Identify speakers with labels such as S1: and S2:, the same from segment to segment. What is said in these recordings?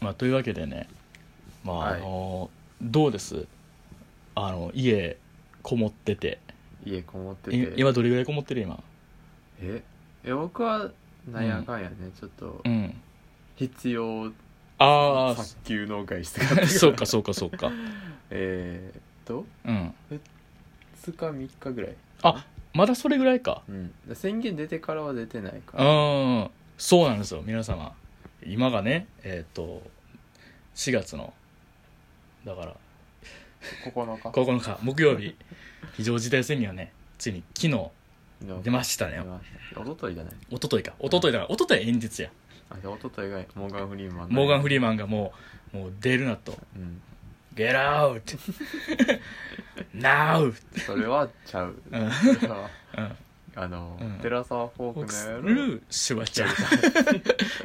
S1: まあ、というわけでね、まあ
S2: はい
S1: あのどうですあの家こもってて
S2: 家こもって
S1: い
S2: て
S1: 今どれぐらいこもってる今
S2: ええ僕はなんやかんやね、ちょっと
S1: うん
S2: 必要
S1: あ
S2: 早急の外出があったか
S1: あ
S2: ら
S1: そうかそうかそうか
S2: えーっと
S1: うん
S2: 2日3日ぐらい、
S1: あまだそれぐらいか
S2: うん、宣言出てからは出てないか
S1: う
S2: ら
S1: んそうなんですよ皆様今がねえっ、と4月のだから
S2: 9日
S1: 9日木曜日非常事態宣言はねついに昨日
S2: の
S1: 出ましたね
S2: 出ました一昨日じゃない
S1: 一昨日か一昨日だから一昨日演説や
S2: あ一昨日がモーガン・フリーマン
S1: モーガン・フ
S2: リ
S1: リーマンがもうもう出るなと
S2: ーマン、うん
S1: 「Get out! Now!」
S2: それはちゃう。
S1: うん
S2: それは
S1: うん
S2: あの、
S1: うん
S2: 寺澤フォ
S1: 「フォ
S2: ー
S1: ック
S2: ク
S1: ス
S2: の野郎
S1: ルーシュワちゃん」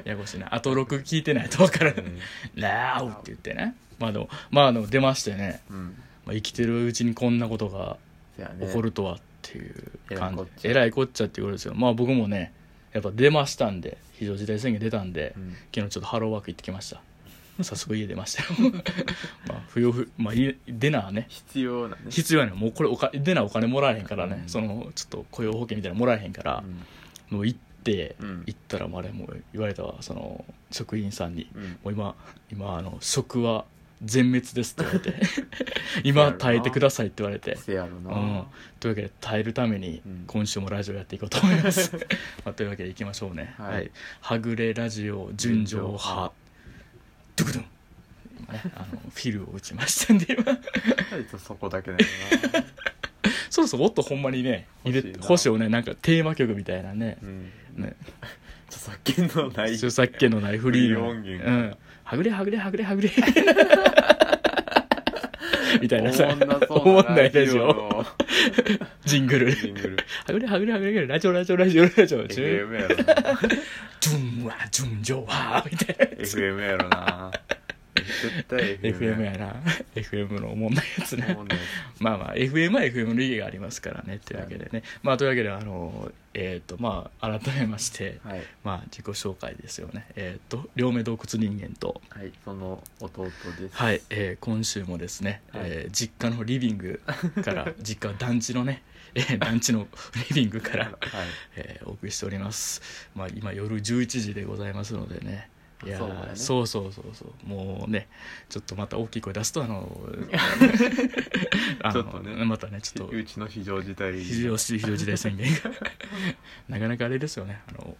S1: ややこしいなあと6聞いてないと分からない「Now!」って言ってねまあでもまあでも出ましてね、
S2: うん。うん。
S1: まあ、生きてるうちにこんなことが
S2: せやね。
S1: 起こるとはっていう感じ、
S2: ね
S1: えらいこっちゃっていうことですよまあ僕もねやっぱ出ましたんで非常事態宣言出たんで、
S2: うん。
S1: 昨日ちょっとハローワーク行ってきました早速家出ましたよ まあ不要不まあ家出なね
S2: 必要なね。
S1: 必要やねんもうこれおか出なお金もらえへんからね、
S2: うん
S1: そのちょっと雇用保険みたいなのもらえへんから、もう行って、
S2: うん
S1: 行ったらもうあれもう言われたわその職員さんに
S2: うん。うん。
S1: もう今今あの職は全滅ですって言われ て今耐えてくださいって言われて
S2: せやろな。
S1: うんというわけで耐えるために
S2: うん
S1: 今週もラジオやっていこうと思い ます、まあ、というわけでいきましょうね
S2: はい
S1: はい「はぐれラジオ純情派」ドゥクドゥン今ねあのフィルを打ちましたんで今
S2: あいつそこだけだよな。
S1: そろそろもっとほんまにね入れ
S2: 欲しい
S1: て
S2: な
S1: 星をねなんかテーマ曲みたいなね
S2: うん。
S1: ね
S2: 著作権のない。
S1: 著作権のないフリーの
S2: フリー音源
S1: うんはぐれはぐれはぐれはぐ れみたいなさ
S2: おもんなそうな
S1: おもんないラジオ
S2: の
S1: ジングル
S2: ジングル。
S1: はぐれはぐれはぐれラジオラジオラジオラジオ
S2: FM やろ な。
S1: ジュンはジュンジョはみたいなやつ
S2: FM やろな。絶対
S1: FM
S2: FM
S1: やな FM のおもんないやつ
S2: や
S1: ね
S2: もんない
S1: まあまあ FM は FM の意義がありますからねというわけでねまあというわけであのえっ、とまあ改めまして
S2: はい。
S1: まあ自己紹介ですよねえっ、と両目洞窟人間と
S2: はい。その弟です。
S1: はい、えー今週もですね、
S2: はい
S1: えー実家のリビングから 実家は団地のね、えー団地の リビングから
S2: はい。
S1: えーお送りしております、まあ、今夜11時でございますのでねいや
S2: そう
S1: ー
S2: だね
S1: そう,、そうそうそうもうねちょっとまた大きい声出すとあの あの
S2: ちょっとね
S1: またねちょっと
S2: うちの非常事態
S1: 非常事非常事態宣言が なかなかあれですよねあの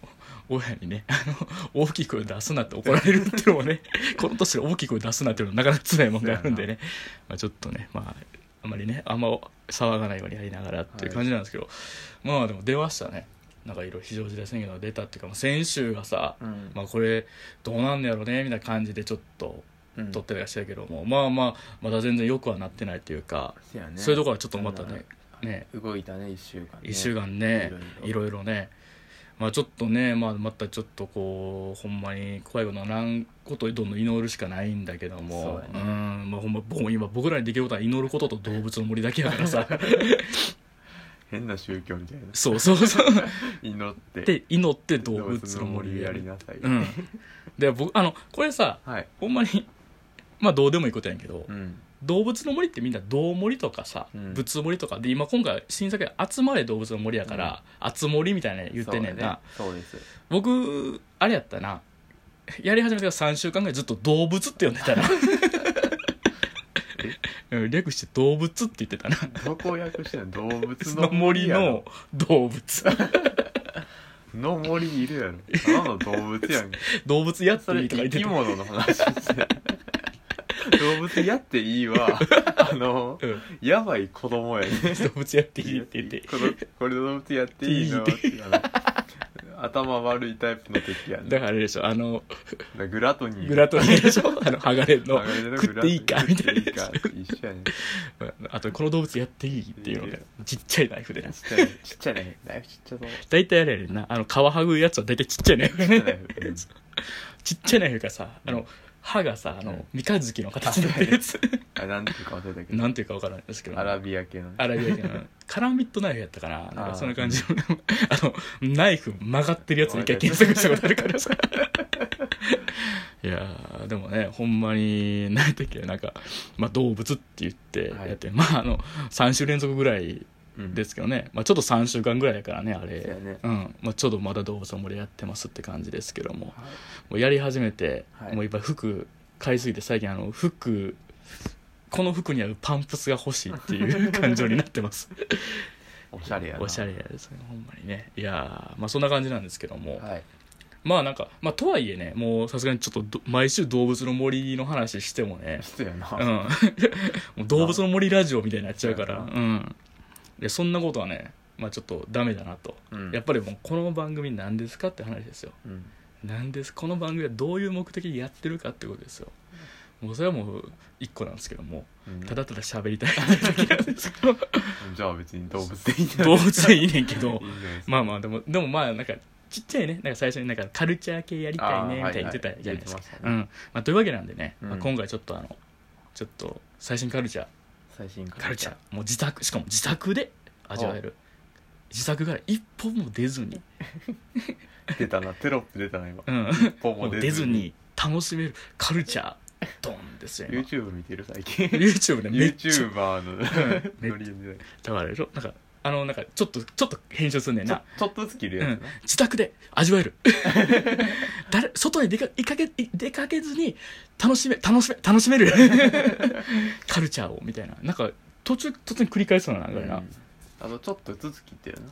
S1: 親にねあの大きい声出すなって怒られるっていうのもね この年で大きい声出すなっていうのもなかなか辛いもんがあるんでね、まあ、ちょっとねまああまりねあんま騒がないようにやりながらっていう感じなんですけど、まあでも出ましたねなんかいろいろ非常事態宣言が出たっていうかもう先週がさ、
S2: うん
S1: まあ、これどうなんのやろうねみたいな感じでちょっと
S2: うん
S1: 撮ってたりしてたけども、まあまあまだ全然良くはなってないというか、
S2: せやね
S1: そういうところはちょっとまたねね
S2: 動いたね1週間ね
S1: 1週間ねい
S2: いろ
S1: ろいろねまあちょっとね、まあ、またちょっとこうほんまに怖いことならんことをどんどん祈るしかないんだけども
S2: そう
S1: う
S2: や
S1: ん、まあ、ほんま僕今僕らにできることは祈ることと動物の森だけやから さ
S2: 変な宗教みたいな
S1: そうそうそう
S2: 祈って
S1: で祈って動
S2: 動
S1: 物
S2: 物
S1: の
S2: の
S1: 森
S2: 森
S1: や
S2: や
S1: る
S2: りなさい、
S1: うんで僕あのこれさ
S2: はい
S1: ほんまにまあどうでもいいことやんけど、
S2: うん
S1: 動物の森ってみんな動森とかさ、
S2: うん
S1: 仏森とかで今今回新作で「集まれ動物の森」やから「集森」みたいなの言ってんねんな、
S2: そう,、ね、そうです
S1: 僕あれやったなやり始めてから3週間ぐらいずっと動物って呼んでたなうん略して動物って言ってたな
S2: どこを訳してんの動物
S1: その
S2: の
S1: 森
S2: 森や
S1: の
S2: ろ
S1: 動物
S2: の森いるやろただの動物やんけ
S1: 動物 やって
S2: それ
S1: いいとか言
S2: 生
S1: って
S2: き
S1: た、
S2: 物の話してる動物やってい いはあの
S1: うん、
S2: やばい子供やね
S1: 動物やっていいって言って
S2: このこれの動物やっていい の
S1: って
S2: あの頭悪いタイプの敵やね
S1: だからあれでしょあの
S2: だグラトニー
S1: グラトニーでしょあの剥がれんの
S2: あれの
S1: 食っていいか
S2: グラ
S1: みたいなや
S2: 食っていいか一緒やね
S1: つあとこの動物やっていいっていうのがちっちゃいナイフでな
S2: ちっちゃいちっちゃいねナイフちっちゃそう
S1: 大体あれやねんなあの皮剥ぐやつは大体ちっちゃいナイフ
S2: ち
S1: ね
S2: っちゃいナイフうん
S1: ちっちゃいナイフがさあの歯がさあ
S2: う
S1: の
S2: ん
S1: 三日月の形になってるやつ
S2: あれなんていうか忘れたけど
S1: なんていうかわからないですけど
S2: アラビア系のね
S1: アラビア系のカラーミットナイフやったかななん
S2: あ
S1: か
S2: ー
S1: そんな 感じのあのナイフ曲がってるやつ一回検索したことあるからさいやーでもねほんまに何やったっけなんか、まあ、動物って言って
S2: はい
S1: やって、まああの3週連続ぐらい
S2: うん
S1: ですけどね、まあ、ちょっと3週間ぐらいやからねあれ
S2: そうやね
S1: んまあ、ちょっとまだ動物の森やってますって感じですけども
S2: は
S1: もうやり始めて、
S2: はい
S1: もういっぱい服買いすぎて最近あの服この服に合うパンプスが欲しいって いう感情になってます
S2: おしゃれやな
S1: おしゃれやですねほんまにねいやーまあそんな感じなんですけども、
S2: はい
S1: まあなんかまあとはいえねもうさすがにちょっとど毎週動物の森の話してもね
S2: そうやな、
S1: うん もう動物の森ラジオみたいになっちゃうから
S2: そうや
S1: うんでそんなことはねまあちょっとダメだなと、
S2: うん
S1: やっぱりもうこの番組何ですかって話ですよ
S2: うん
S1: なんですこの番組はどういう目的でやってるかってことですよもうそれはもう一個なんですけども
S2: うん
S1: ただただ喋りたい だけなんですけど
S2: じゃあ別に動物でいいんじゃない
S1: 動物でいいねんけど
S2: いいんじゃないですか
S1: まあまあでもでもまあなんかちっちゃいねなんか最初になんかカルチャー系やりたいねみたいに言ってたじゃないですか、
S2: あーはいはい言ってましたね
S1: うんまあ、というわけなんでね、
S2: うん
S1: まあ、今回ちょっとあのちょっと最新カルチャー
S2: 最新
S1: カルチャーもう自宅しかも自宅で味わえる自宅から一歩も出ずに、
S2: ー出たなテロップ出たな今
S1: うん、
S2: ポ
S1: も
S2: も
S1: う
S2: 出
S1: 出ず
S2: ずに
S1: に楽しめるカルチャードンですよ今
S2: YouTube 見てる最近
S1: YouTube で めっちゃ
S2: YouTuber の
S1: めっ
S2: ノリで
S1: だからあれでしょなんかあのなんかちょっとちょっと編集すんねん
S2: ちょ
S1: な
S2: ちょっとずつ切る
S1: う
S2: や
S1: ん、自宅で味わえる 誰外に出かいかけい出かけずに楽しめ楽しめ楽しめ るカルチャーをみたいななんか途中途中に繰り返すのな
S2: つ
S1: ん
S2: な
S1: か
S2: う
S1: な、
S2: んあのちょっとずつ切ってるな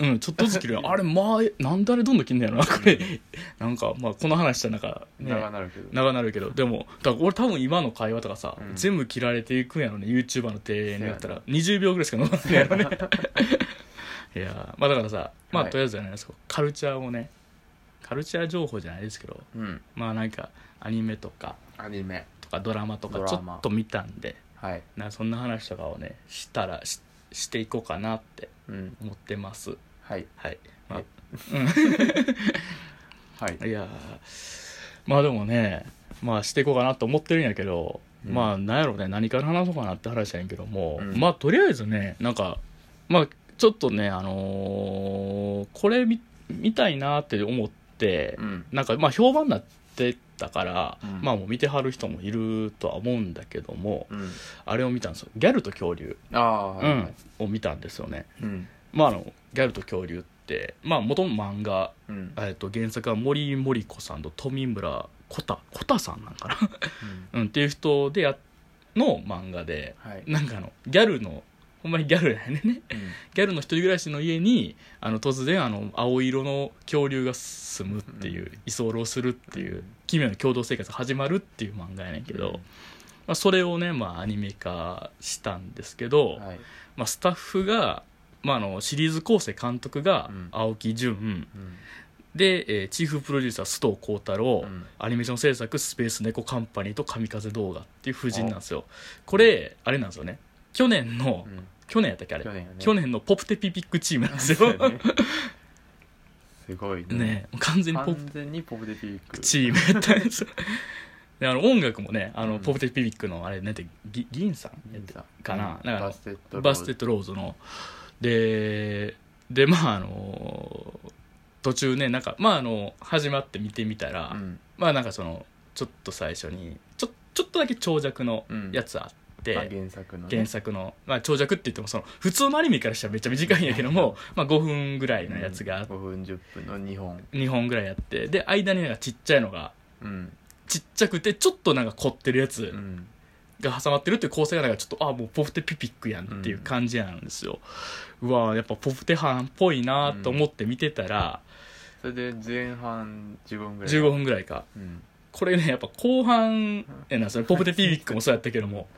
S1: うんちょっとずつ切るあれまあなんであれどんどん切んねやろなこれなんかまあこの話じゃなんか、ね、
S2: 長なるけど
S1: 長なるけどでもだから俺多分今の会話とかさ、
S2: うん
S1: 全部切られていくんやろね YouTuber の庭園にやったら20秒ぐらいしか残ってないやろ ねいやーまあだからさまあ
S2: はい
S1: とりあえずじゃないですかカルチャーをねカルチャー情報じゃないですけど
S2: うん
S1: まあなんかアニメとか
S2: アニメ
S1: とかドラマとか
S2: ドラ
S1: ちょ
S2: マ
S1: っと見たんで
S2: はい
S1: なそんな話とかをねしたらししていこうかなって
S2: うん
S1: 思ってます
S2: はい
S1: はい、まあ
S2: は、はい
S1: いやーまあでもねまあしていこうかなと思ってるんやけど、
S2: うん
S1: まあなんやろうね何から話そうかなって話やねんけども、
S2: うん
S1: まあとりあえずねなんかまあちょっとねあのーこれ見見たいなって思って、
S2: うん
S1: なんかまあ評判になってたから、
S2: うん
S1: まあもう見てはる人もいるとは思うんだけども
S2: うん
S1: あれを見たんですよギャルと恐竜、
S2: ああはいは
S1: うん
S2: い
S1: を見たんですよね
S2: うん
S1: まああのギャルと恐竜ってまあ元の漫画
S2: うん
S1: えっと原作は森井森子さんと富村コタコタさんなんか な、
S2: うん
S1: うん、っていう人でやの漫画で
S2: はい
S1: なんかあのギャルのほんまにギャルだよね
S2: うん
S1: ギャルの一人暮らしの家にあの突然あの青色の恐竜が住むっていう居候するっていう奇妙な共同生活が始まるっていう漫画やねんけど、
S2: うん
S1: まあ、それをね、まあ、アニメ化したんですけど、
S2: はい
S1: まあ、スタッフが、まあ、あのシリーズ構成監督が
S2: うん
S1: 青木純、
S2: うん
S1: で、えーチーフプロデューサー須藤幸太郎、
S2: うん
S1: アニメーション制作「スペース猫カンパニー」と「神風動画」っていう夫人なんですよこれあれなんですよね去年の、
S2: うん
S1: 去年やったっけあれ
S2: 去
S1: 去年,、
S2: 年やね
S1: のポプテピピックチームなんです
S2: そう
S1: よ
S2: やねすごい
S1: ねもう完全にポプ
S2: 完全にポプデピーク
S1: チームやったん ですよであの音楽もねあの、
S2: うん
S1: ポプテピピックのあれなんてぎ銀さんやったかなだから
S2: バステッド
S1: バステッ
S2: ド
S1: ドローズのででまああの途中ねなんかまああの始まって見てみたら、
S2: うん
S1: まあなんかそのちょっと最初にちょちょっとだけ長尺のやつあって、
S2: まあ原作のね
S1: 原作の、まあ、長尺って言ってもその普通のアニメからしたらめっちゃ短いんやけども、まあ、5分ぐらいのやつが
S2: 5分10分の2本
S1: 2本ぐらいあってで間になんかちっちゃいのが
S2: うん
S1: ちっちゃくてちょっとなんか凝ってるや
S2: う
S1: つ
S2: ん
S1: が挟まってるっていう構成がなんかちょっとあもうポフテピピックやんっていう感じなんですよ、うわやっぱポフテ班っぽいなと思って見てたら、
S2: それで前半15分ぐらい
S1: 15分ぐらいか
S2: うん
S1: これねやっぱ後半えなそれポプテピビックもそうやったけども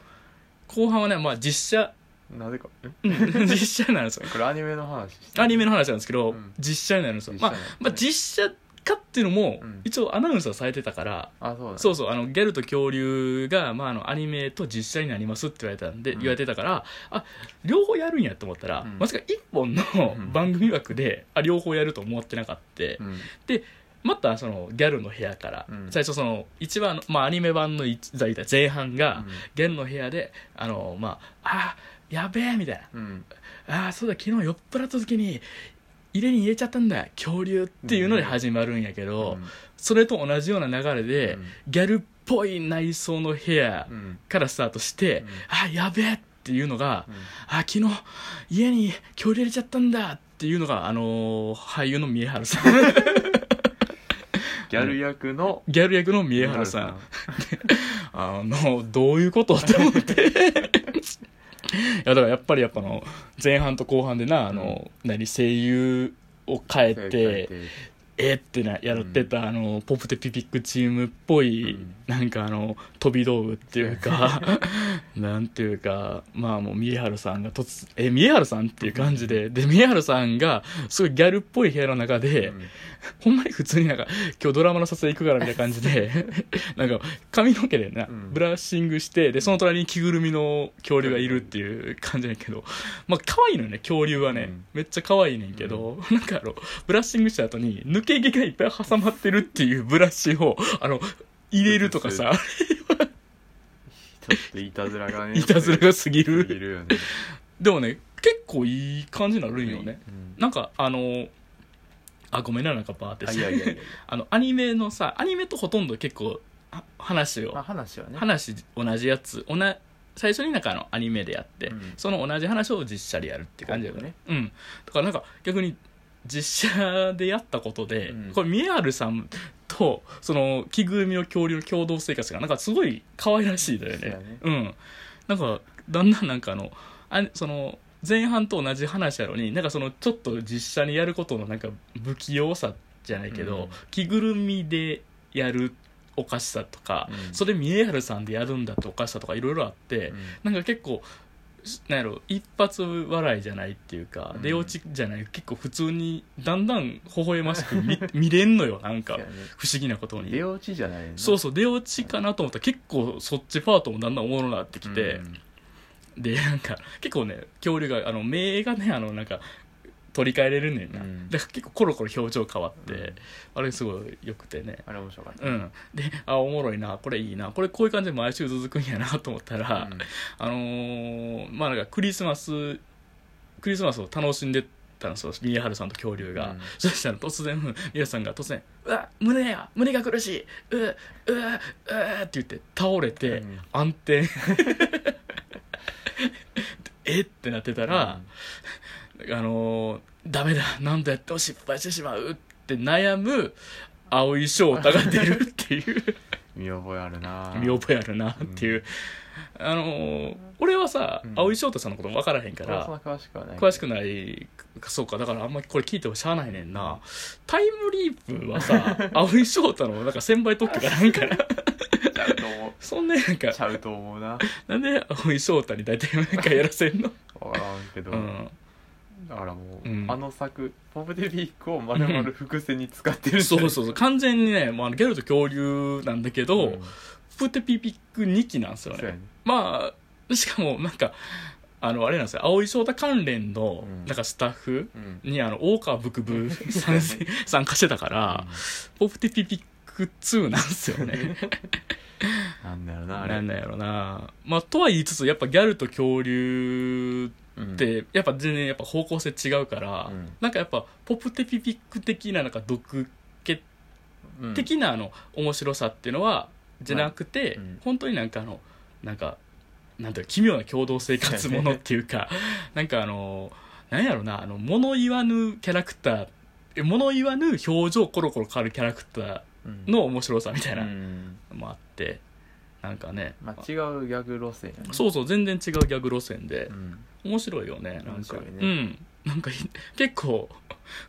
S1: 後半はねまあ実写
S2: なぜかえ
S1: うん 実写になるんですよ
S2: これアニメの話してる
S1: アニメの話なんですけど、
S2: うん
S1: 実写になるんですよ
S2: 実写
S1: まあ
S2: なんですね
S1: まあ実写化っていうのも、
S2: うん
S1: 一応アナウンサーされてたから
S2: あそうだ
S1: そうそうあのギャルと恐竜が、まあ、あのアニメと実写になりますって言われたんで、
S2: うん
S1: 言われてたからあ両方やるんやと思ったら、
S2: うん
S1: まさか一本の
S2: うん
S1: 番組枠で、あ両方やると思ってなかった、
S2: うん
S1: またそのギャルの部屋から、
S2: うん
S1: 最初その一番の、まあ、アニメ版の一だいたい前半が、ギャルの部屋であのまああーやべえみたい
S2: うん
S1: なああーそうだ昨日酔っ払った時に入れに入れちゃったんだ恐竜っていうので始まるんやけど、
S2: うん
S1: それと同じような流れで、
S2: うん
S1: ギャルっぽい内装の部屋
S2: うん
S1: からスタートして、
S2: うん
S1: あやべえっていうのが、
S2: うん
S1: あ昨日家に恐竜入れちゃったんだっていうのがあのー俳優の三重春さん
S2: ギャル役の
S1: ギャル役の三重春さんあのどういうことって思って いやだからやっぱりやっぱあの前半と後半でなあの、何声優を変え
S2: 三重春さん
S1: てえってなやってた、あのポプテピピックチームっぽい、
S2: うん
S1: なんかあの飛び道具っていう かなんていうかまあもう宮原さんが突え宮原さんっていう感じでで宮原さんがすごいギャルっぽい部屋の中で、
S2: うん
S1: ほんまに普通になんか今日ドラマの撮影行くからみたいな感じ でなんか髪の毛でな、
S2: うん
S1: ブラッシングしてでその隣に着ぐるみの恐竜がいるっていう感じだけどまあ可愛いのよね恐竜はね、
S2: うん
S1: めっちゃ可愛いねんけど、なんかあのブラッシングした後に抜け毛がいっぱい挟まってるっていうブラシをあの入れるとかさ
S2: ちょっといたずらがね
S1: いたずらが過ぎ
S2: い
S1: る
S2: るよね
S1: でもね結構いい感じになるんよね、
S2: うん
S1: なんかあのあごめんななんかバーって
S2: あいやいやいや
S1: あのアニメのさアニメとほとんど結構は話
S2: まあ
S1: を
S2: 話はね
S1: 話同じやつおな最初になんかあのアニメでやって、
S2: うん
S1: その同じ話を実写でやるって感じだよね
S2: ね
S1: うんだからなんか逆に実写でやったことで、
S2: うん
S1: これミエアルさんとその着ぐるみの恐竜の共同生活がなんかすごい可愛らしいだよ
S2: そう
S1: ね
S2: やね
S1: うんなんかだんだんなんかあのあその前半と同じ話やのになんかそのちょっと実写にやることのなんか不器用さじゃないけど、
S2: うん
S1: 着ぐるみでやるおかしさとか、
S2: うん
S1: それ見えはるさんでやるんだっておかしさとかいろいろあって、なんか結構しなんやろ一発笑いじゃないっていうか、
S2: うん
S1: 出落ちじゃない結構普通にだんだん微笑ましく 見見れんのよなんか
S2: そうやね
S1: 不思議なことに
S2: 出落ちじゃないの
S1: そうそう出落ちかなと思ったら結構そっちパートもだんだんおもろなってきて、でなんか結構ね恐竜があの目がねあのなんか取り替えれるねんな、
S2: うん
S1: だから結構コロコロ表情変わって、
S2: うん
S1: あれすごい良くてね
S2: あれ面白かった
S1: うん、であおもろいなこれいいなこれこういう感じで毎週続くんやなと思ったら、
S2: うん
S1: あのーまあなんかクリスマスクリスマスを楽しんでたんですよ宮原さんと恐竜が、
S2: うん
S1: そしたら突然宮さんが突然「うわ胸や胸が苦しいううううって言って倒れて、
S2: うん
S1: 暗転 えってなってたら、あのーダメだ何度やっても失敗してしまうって悩む青い翔太が出るっていう
S2: 見覚えあるな
S1: 見覚えあるなっていう、あのー俺はさ、
S2: うん
S1: 青井翔太さんのこと分からへんか
S2: 俺はそん
S1: ら
S2: な詳しくはない
S1: 詳しくないそうかだからあんまりこれ聞いてもしゃあないねんなタイムリープはさ 青井翔太のなんか先輩特許がないから
S2: ちゃうと思う
S1: そんななんか
S2: ちゃうと思うな
S1: なんで青井翔太に大体なんかやらせ んの、
S2: 分からんけど、
S1: うん、
S2: だからもう、
S1: うん
S2: あの作ポブデビークをまるまる伏線に使ってる
S1: そうそうそう完全にね、まあ、ギャルと恐竜なんだけど、
S2: うん
S1: プテピピック2期なんですよ
S2: そう
S1: ね
S2: やね
S1: まあしかもなんかあのあれなんですよ青井翔太関連の
S2: うん
S1: なんかスタッフ
S2: うん
S1: にあの大川ブクブ参 戦参加してたから、ポプテピピック2なんです よね
S2: なんだよなあれ
S1: なんだやろなまあとは言いつつやっぱギャルと恐竜
S2: うん
S1: ってやっぱ全然やっぱ方向性違うから、
S2: うん
S1: なんかやっぱポプテピピック的ななんか毒気
S2: うん
S1: 的なあの面白さっていうのはじゃなくて、
S2: いうん
S1: 本当になんかあのなんかなんていうか奇妙な共同生活ものっていう かなんかあのなんやろなあの物言わぬキャラクターえ物言わぬ表情コロコロ変わるキャラクター
S2: うん
S1: の面白さみたいな
S2: う
S1: の
S2: ん
S1: もあって、なんかね、
S2: まあ、違うギャグ路線やね
S1: そうそう全然違うギャグ路線で
S2: う、ん
S1: 面白いよねなん
S2: 面
S1: か
S2: 白いね
S1: うんなんかい結構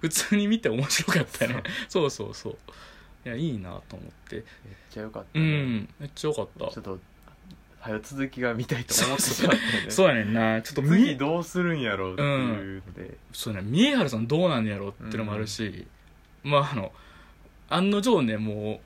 S1: 普通に見て面白かったねそうそうそういやいいなと思って
S2: めっちゃ良かった
S1: う
S2: ね、
S1: んめっちゃよかった
S2: ちょっとはよ続きが見たいと思ってしまったよね
S1: そうやねんなちょっと
S2: 次
S1: み
S2: どうするんやろうっていうので、
S1: そうやね三重原さんどうなんやろってのもあるし、まああの案の定ねも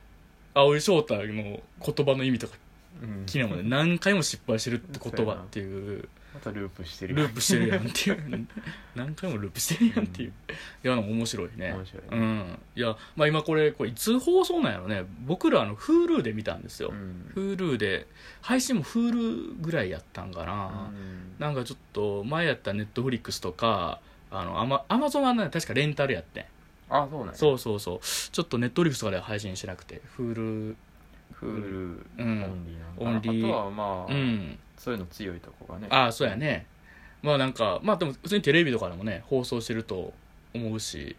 S1: う蒼井翔太の言葉の意味とか
S2: うん
S1: 昨日もね何回も失敗してるって言葉っていう
S2: またループしてる
S1: ループしてるや んっていう 何回もループしてるやんっていう、いやでも面白いね
S2: 面白いね
S1: うん、いや、まあ、今これこれいつ放送なんやろね僕らあの Hulu で見たんですよ、
S2: うん
S1: Hulu で配信も Hulu ぐらいやったんか
S2: う
S1: な、
S2: ん
S1: なんかちょっと前やったネットフリックスとかあのアマアマゾンは、ね、確かレンタルやってん
S2: あそうなんや
S1: そうそうそうちょっとネットリフとかでは配信してなくて Hulu
S2: フール
S1: うん
S2: オンリーなんかな
S1: オンリー
S2: あとはまあ、
S1: うん
S2: そういうの強いとこがね
S1: ああそうやねまあなんかまあでも普通にテレビとかでもね放送してると思うし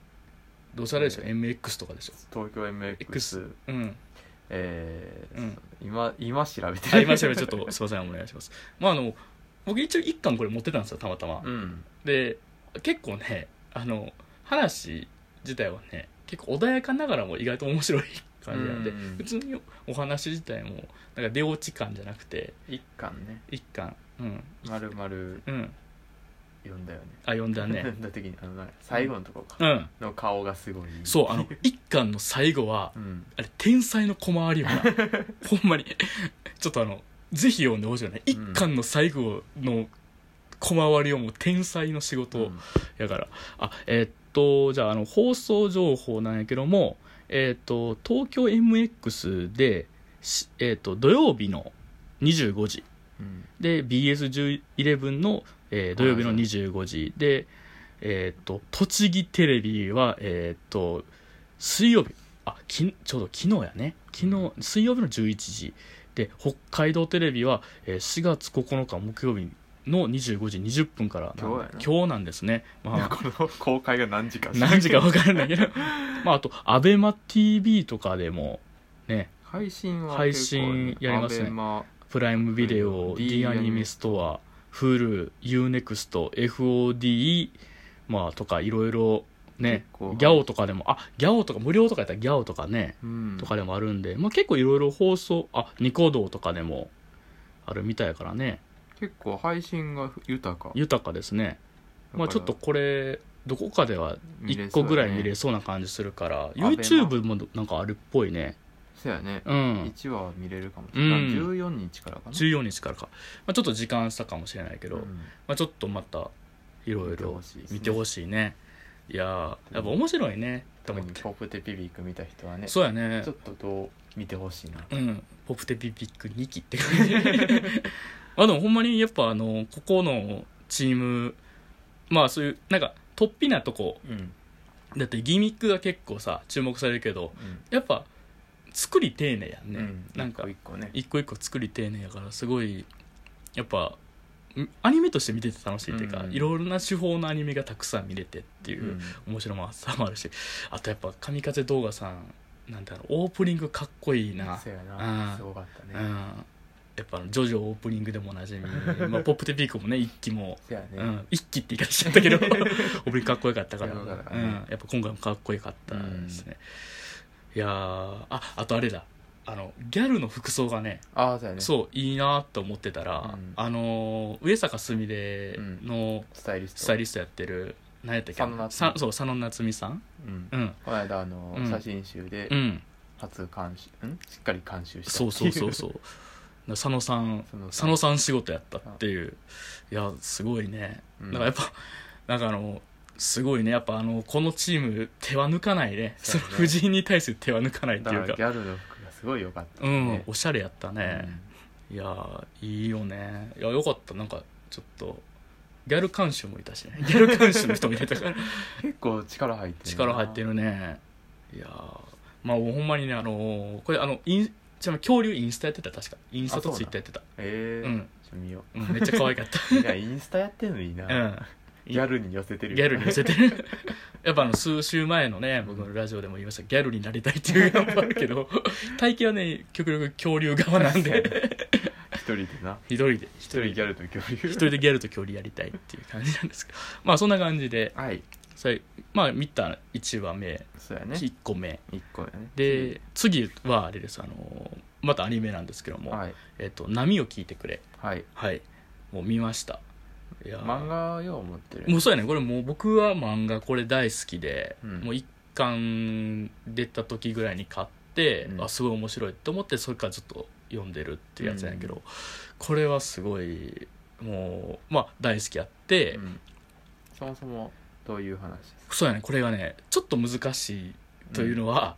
S1: どうせあれでしょ、
S2: う
S1: MX とかでしょ
S2: 東京 MX、
S1: X うん
S2: えー
S1: うん
S2: 今今調べて
S1: ありましたよちょっとすいませんお願いしますまああの僕一応一巻これ持ってたんですよたまたま、
S2: うん
S1: で結構ねあの話自体はね結構穏やかながらも意外と面白い感じなんで、
S2: うんうんうん
S1: 普通にお話自体もなんか出落ち感じゃなくて
S2: 一巻ね
S1: 一巻うん
S2: 丸々
S1: うん
S2: 読んだよね
S1: あ読んだね
S2: 読んだ時にあのなんか最後のとこか、
S1: うん
S2: の顔がすごい
S1: そうあの一巻の最後は
S2: うん
S1: あれ天才の小回りよ なほんまにちょっとあのぜひ読んでほしいよね一巻の最後の小回りをもう天才の仕事を、
S2: うん
S1: やからあえーっとじゃああの放送情報なんやけどもえーっと東京 MX で、しえーっと土曜日の25時
S2: うん
S1: で BS11 の、えー土曜日の25時でえーっと栃木テレビはえーっと水曜日あきちょうど昨日やね昨日水曜日の11時で北海道テレビは、えー4月9日木曜日の25時20分からなんで
S2: 今日やな
S1: 今日なんですね、まあ、
S2: この公開が何時か
S1: 何時か分からないけど まああと ABEMATV とかでもね
S2: 配信は
S1: 配信やりますね
S2: アベマ
S1: プライムビデオ
S2: うん
S1: D アニメストア HuluUNEXTFOD まあとかいろいろね
S2: 結
S1: ギャ
S2: 構
S1: オとかでもあギャオとか無料とかやったらギャオとかね
S2: うん
S1: とかでもあるんで、まあ、結構いろいろ放送あニコ動とかでもあるみたいやからね
S2: 結構配信が豊か
S1: 豊かですねまあちょっとこれどこかでは1個ぐらい見れ
S2: そ
S1: そうな感じするから、
S2: アベマ
S1: YouTube もなんかあるっぽいね
S2: そうやね
S1: うん
S2: 1話は見れるかもし
S1: う
S2: れない
S1: ん
S2: 14日からかな
S1: 14日からか、まあ、ちょっと時間差かもしれないけど、
S2: う
S1: ま
S2: ん
S1: あ、ちょっとまたいろい
S2: 見て
S1: ろ
S2: ほしいですね
S1: 見てほしいねいやーやっぱ面白いねと
S2: 特
S1: 思っ
S2: に
S1: て
S2: ポップテピビック見た人はねちょ
S1: そうやね
S2: っとどう見てほしいな
S1: うんポプテピピック2期って感じ あでもほんまにやっぱあのここのチームまあそういうなんか突飛なとこ
S2: うんうん
S1: だってギミックが結構さ注目されるけどやっぱ作り丁寧やんね、
S2: うん
S1: なんか
S2: 一個一個ね
S1: 一個一個作り丁寧やからすごいやっぱんアニメとして見てて楽しいっていうか、
S2: うん
S1: いろんな手法のアニメがたくさん見れてっていううん面白さもあるしあとやっぱ神風動画さんなんだろうオープニングかっこいいな、
S2: そうや
S1: う
S2: なんすごかった
S1: うん、
S2: ね
S1: やっぱジョジョオープニングでもおな じみ、まあ、ポップテピークもね一期も、
S2: そうや
S1: う
S2: ね
S1: ん、一期って言い方しちゃった けどオープニングかっこよかったから
S2: かっこよか
S1: う
S2: ったから
S1: ん
S2: ね、
S1: やっぱ今回もかっこよかったですね、いやーああとあれだあのギャルの服装がね
S2: ああそうやね
S1: そういいなと思ってたら、
S2: うん
S1: あの上坂すみれの
S2: スタイリスト
S1: スタイリストやってる、何やったっけ
S2: 佐野夏
S1: さそう佐野夏美さん
S2: うん
S1: うん
S2: この間あの
S1: うん
S2: 写真集で
S1: うん
S2: 初監修んしっかり監修した
S1: そうそうそう
S2: う
S1: そう佐野さん
S2: 佐野さん
S1: 佐野さん仕事やったっていういやすごいね
S2: うん
S1: だからやっぱ、なんかあのすごいねやっぱあのこのチーム手は抜かないねそ
S2: そ
S1: うの
S2: ね
S1: 藤井に対する手は抜かないって
S2: だ
S1: い
S2: か
S1: う
S2: ら
S1: か
S2: ギャルの服がすごい良かった
S1: うん
S2: ね
S1: おしゃれやったね、いやーいいよねいやよかったなんかちょっとギャル監修もいた しねギャル監修の人もいたから
S2: うん結構力入ってる
S1: 力入ってるねいやーまあもうほんまにねあのーこれあのインちなみに恐竜インスタやってた確かインスタと
S2: あそうなん
S1: ツイッターやってた
S2: ええ
S1: うん
S2: ーちょっと見よ
S1: うんめっちゃ可愛かっ
S2: ういやインスタやってんのいい
S1: たう
S2: なんギャルに寄せてる
S1: ギャルに寄せ
S2: て
S1: てる やっぱあの数週前のね僕のラジオでも言いましたギャルになりたいって いう願望あるけど体型はね極力恐竜側なん で
S2: 一人でな
S1: 一人で一
S2: 一人ギ
S1: で
S2: ャルと恐
S1: 一
S2: 竜
S1: 人でギャルと恐竜やりたいっていう感じなんですけどまあそんな感じで
S2: はい
S1: それまあ見た1話目
S2: そうやね
S1: 1個目
S2: 一個やね
S1: で次はあれですあのまたアニメなんですけども「
S2: はい
S1: えっと波を聞いてくれ
S2: はい」
S1: はいもう見ましたいやー
S2: 漫画よう持ってる
S1: もうそうやねこれもう僕は漫画これ大好きで、
S2: うん
S1: もう一巻出た時ぐらいに買って、
S2: うん
S1: あすごい面白いと思ってそれからずっと読んでるっていうやつなんやけど、これはすごいもうまあ大好きやって、
S2: うんそもそもどういう話です
S1: そうやねこれがねちょっと難しい
S2: か
S1: というのは、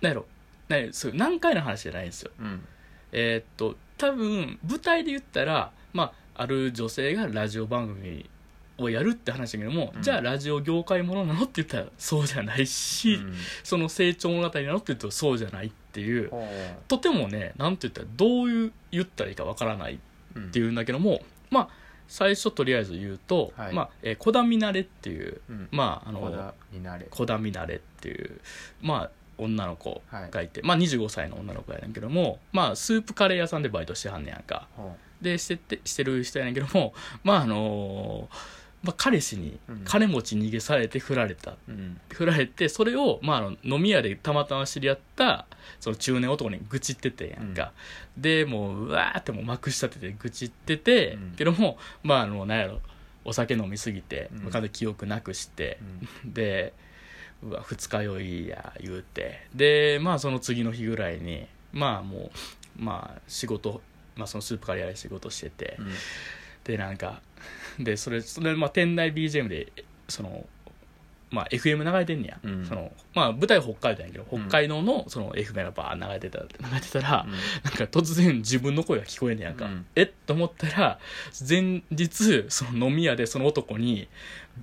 S1: なんやろなんやろそう難解な話じゃないんですよ
S2: うん
S1: えーっと多分舞台で言ったらまあある女性がラジオ番組をやるって話だけども、
S2: うん
S1: じゃあラジオ業界ものなのって言ったらそうじゃないし、
S2: うん
S1: その成長物語なのって言うとそうじゃないっていう
S2: ほ
S1: とてもねなんて言ったらどういう言ったらいいかわからないっ
S2: ううん
S1: ていうんだけどもまあ最初とりあえず言うと「
S2: はい
S1: まあえー、小田みなれ」っていう
S2: うん
S1: まああ
S2: 小
S1: の
S2: 田になれ
S1: 小田みなれっていうまあ女の子
S2: はい
S1: がいて、まあ25歳の女の子やねんけどもまあスープカレー屋さんでバイトしてはんねやんか
S2: ほ
S1: でしててしてる人やねんけどもまああのまあ、彼氏に
S2: うん
S1: 金持ち逃げされて振られた
S2: ううん
S1: 振られてそれを、まあ、あの飲み屋でたまたま知り合ったその中年男に愚痴っててやんか、でもううわーってもうまくしたてて愚痴ってて、
S2: うん
S1: けどもまああのなんやろお酒飲みすぎて、
S2: うん
S1: まあ完全に記憶なくして
S2: う、ん
S1: でうわ二日酔いや言うてでまあその次の日ぐらいにまあもうまあ仕事まあそのスープカレー屋で仕事してて、
S2: うん
S1: でなんかでそれそれ、まあ、店内 BGM でその、まあ、FM 流れてんねや、
S2: うん
S1: そのまあ、舞台北海道やけど
S2: う
S1: 北
S2: ん
S1: 海道のその FM がバーッ流れてた流れてたら、なんか突然自分の声が聞こえんねやんか、
S2: うん
S1: えっと思ったら前日その飲み屋でその男に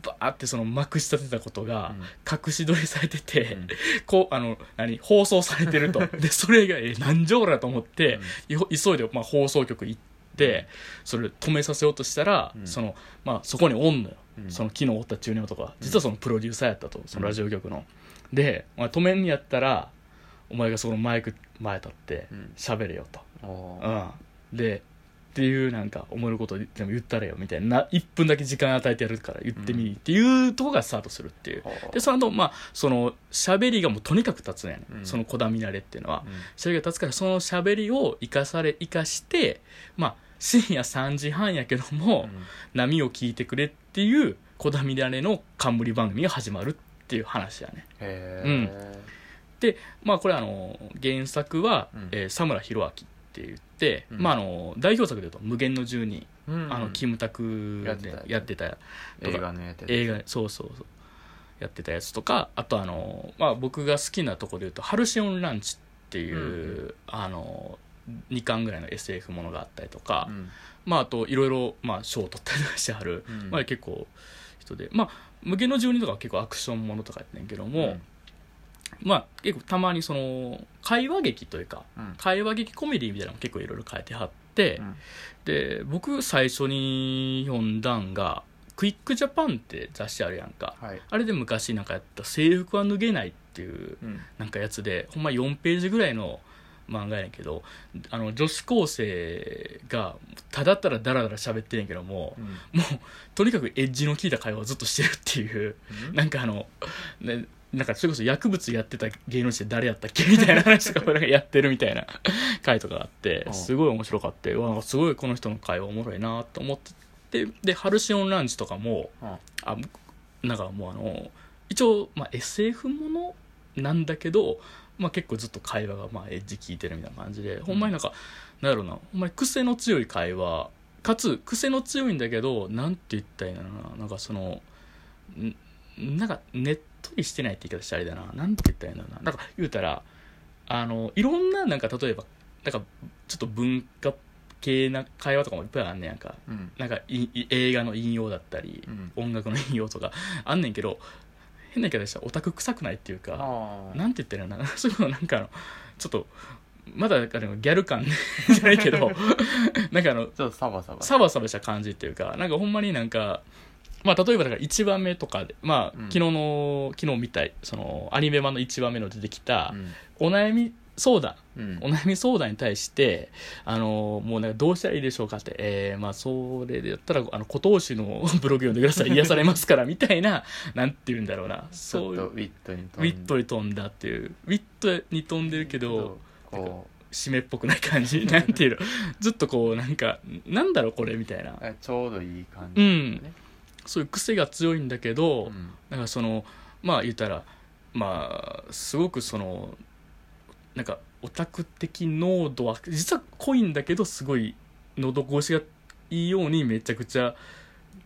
S1: バーってそのまくし立てたことが
S2: うん
S1: 隠し撮りされてて、
S2: うん
S1: こうあの何放送されて るとでそれがえ何じゃおらと思って、い急いで、まあ、放送局行ってそれ止めさせようとしたら、
S2: うん
S1: そのまあ、そこにおんのよ、
S2: うん
S1: その昨日おった中年とか実はそのプロデューサーやったとそのラジオ局の、でお前止めんにやったらお前がそこのマイク前立って
S2: うん
S1: 喋れよと、
S2: ほう
S1: うん、でっていうなんか思えることでも言ったらよみたいな1分だけ時間与えてやるから言ってみ、っていうとこがスタートするっていう
S2: ほう
S1: でその後まあその喋りがもうとにかく立つね、
S2: うん
S1: そのこだみ慣れっていうのは、
S2: うん
S1: 喋りが立つからその喋りを生かされ生かしてまあ深夜3時半やけども、
S2: うん
S1: 波を聞いてくれっていうこだみ慣れの冠番組が始まるっていう話やね
S2: へ
S1: まあこれあの原作は、
S2: うん
S1: えー佐村弘明って言って、
S2: うん
S1: まああの代表作でいうと「無限の住人」
S2: えうん
S1: あのキムタク
S2: やって
S1: で
S2: た
S1: やってたとか
S2: 映画のやつ
S1: 映画そうそうそうやってたやつとかあとあの、まあ、僕が好きなとこでいうと「ハルシオンランチ」っていう、
S2: う
S1: あの2巻ぐらいの SF ものがあったりとか、
S2: うん
S1: まあ、あといろいろまあ賞を取ったりとかしてある、
S2: うん
S1: まあ、結構人でまあ無限の住人とかは結構アクションものとかやってんけども、まあ結構たまにその会話劇というか
S2: うん
S1: 会話劇コメディみたいなのも結構いろいろ変えてはって、
S2: うん
S1: で僕最初に読んだんが「クイックジャパン」って雑誌あるやんか、
S2: はい
S1: あれで昔なんかやった「制服は脱げない」っていう
S2: うん
S1: なんかやつでほんま4ページぐらいの漫画やねんけどあの女子高生がただただダラダラ喋ってんやけども
S2: うん
S1: もうとにかくエッジの効いた会話をずっとしてるっていうなんかあの、ね、なんかそれこそ薬物やってた芸能人って誰やったっけみたいな話とかなんかやってるみたいな回とかがあって
S2: うん
S1: すごい面白かったうわなんかすごいこの人の会話おもろいなと思っててで「ハルシオンランチ」とかも
S2: うん
S1: あなんかもうあの一応、まあ、SF ものなんだけど、まあ、結構ずっと会話がまあエッジ効いてるみたいな感じでほんまになんか、なんやろうなほんまに癖の強い会話かつ癖の強いんだけどなんて言ったらいいんだろうななんかそのんなんかねっとりしてないって言い方したらあれだななんて言ったらいいんだろうななんか言うたらあのいろんななんか例えばなんかちょっと文化系な会話とかもいっぱいあんねやんか
S2: うん
S1: なんかいい映画の引用だったり、
S2: うん
S1: 音楽の引用とか あんねんけど変な言い方したらオタク臭くないっていうか
S2: あー
S1: なんて言ったらいいのかな そういうのなんかあのちょっとまだなんかでもギャル感じゃないけど なんかあの
S2: ちょっとサバサバ
S1: サバサバした感じっていうかなんかほんまになんか、まあ、例えばだから1番目とかで、まあ、
S2: うん
S1: 昨日の昨日見たそのアニメ版の1番目の出てきた
S2: うん
S1: お悩み相談
S2: うん
S1: お悩み相談に対して、あのもうなんかどうしたらいいでしょうかって、えーまあ、それでやったら、あの、古藤氏の ブログ読んでください、癒されますから、みたいな、なんて言うんだろうな、
S2: ち
S1: そ
S2: ょ
S1: う
S2: っ
S1: い
S2: と
S1: う
S2: ウ、ィットに
S1: ウィットに飛んだっていう、ウィットに飛んでるけど、
S2: こ
S1: 締めっぽくない感じ、なんていうの、ずっとこう、なんか、なんだろう、これ、みたいな
S2: う。えちょうどいい感
S1: う
S2: じ
S1: ん、そういう癖が強いんだけど、
S2: うん
S1: なんかそのまあ言ったらまあすごくそのなんかオタク的濃度は実は濃いんだけどすごい喉越しがいいようにめちゃくちゃ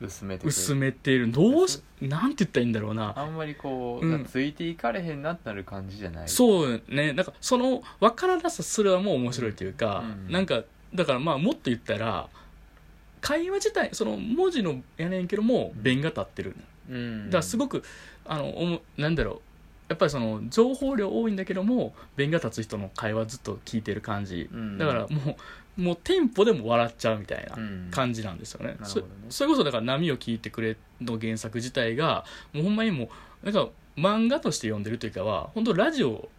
S2: 薄めてくれる
S1: 薄めているどうしなんて言ったらいいんだろうな
S2: あんまりこう、
S1: うん
S2: なんかついていかれへんなってなる感じじゃない
S1: そうねなんかその分からなさすらも面白いというか、
S2: うん
S1: なんかだからまあもっと言ったら会話自体その文字のやねんけども弁が立ってる
S2: うん
S1: だからす
S2: く
S1: ごくあのおもなんだろうやっぱりその情報量多いんだけども弁が立つ人の会話ずっと聞いてる感じ、
S2: うん
S1: だからもうもうテンポでも笑っちゃうみたいな
S2: うん
S1: 感じなんですよね,
S2: なる
S1: そ、
S2: ほどね
S1: それこそだから「波を聞いてくれ」の原作自体がもうほんまにもうなんか漫画として読んでるというかは本当ラジオを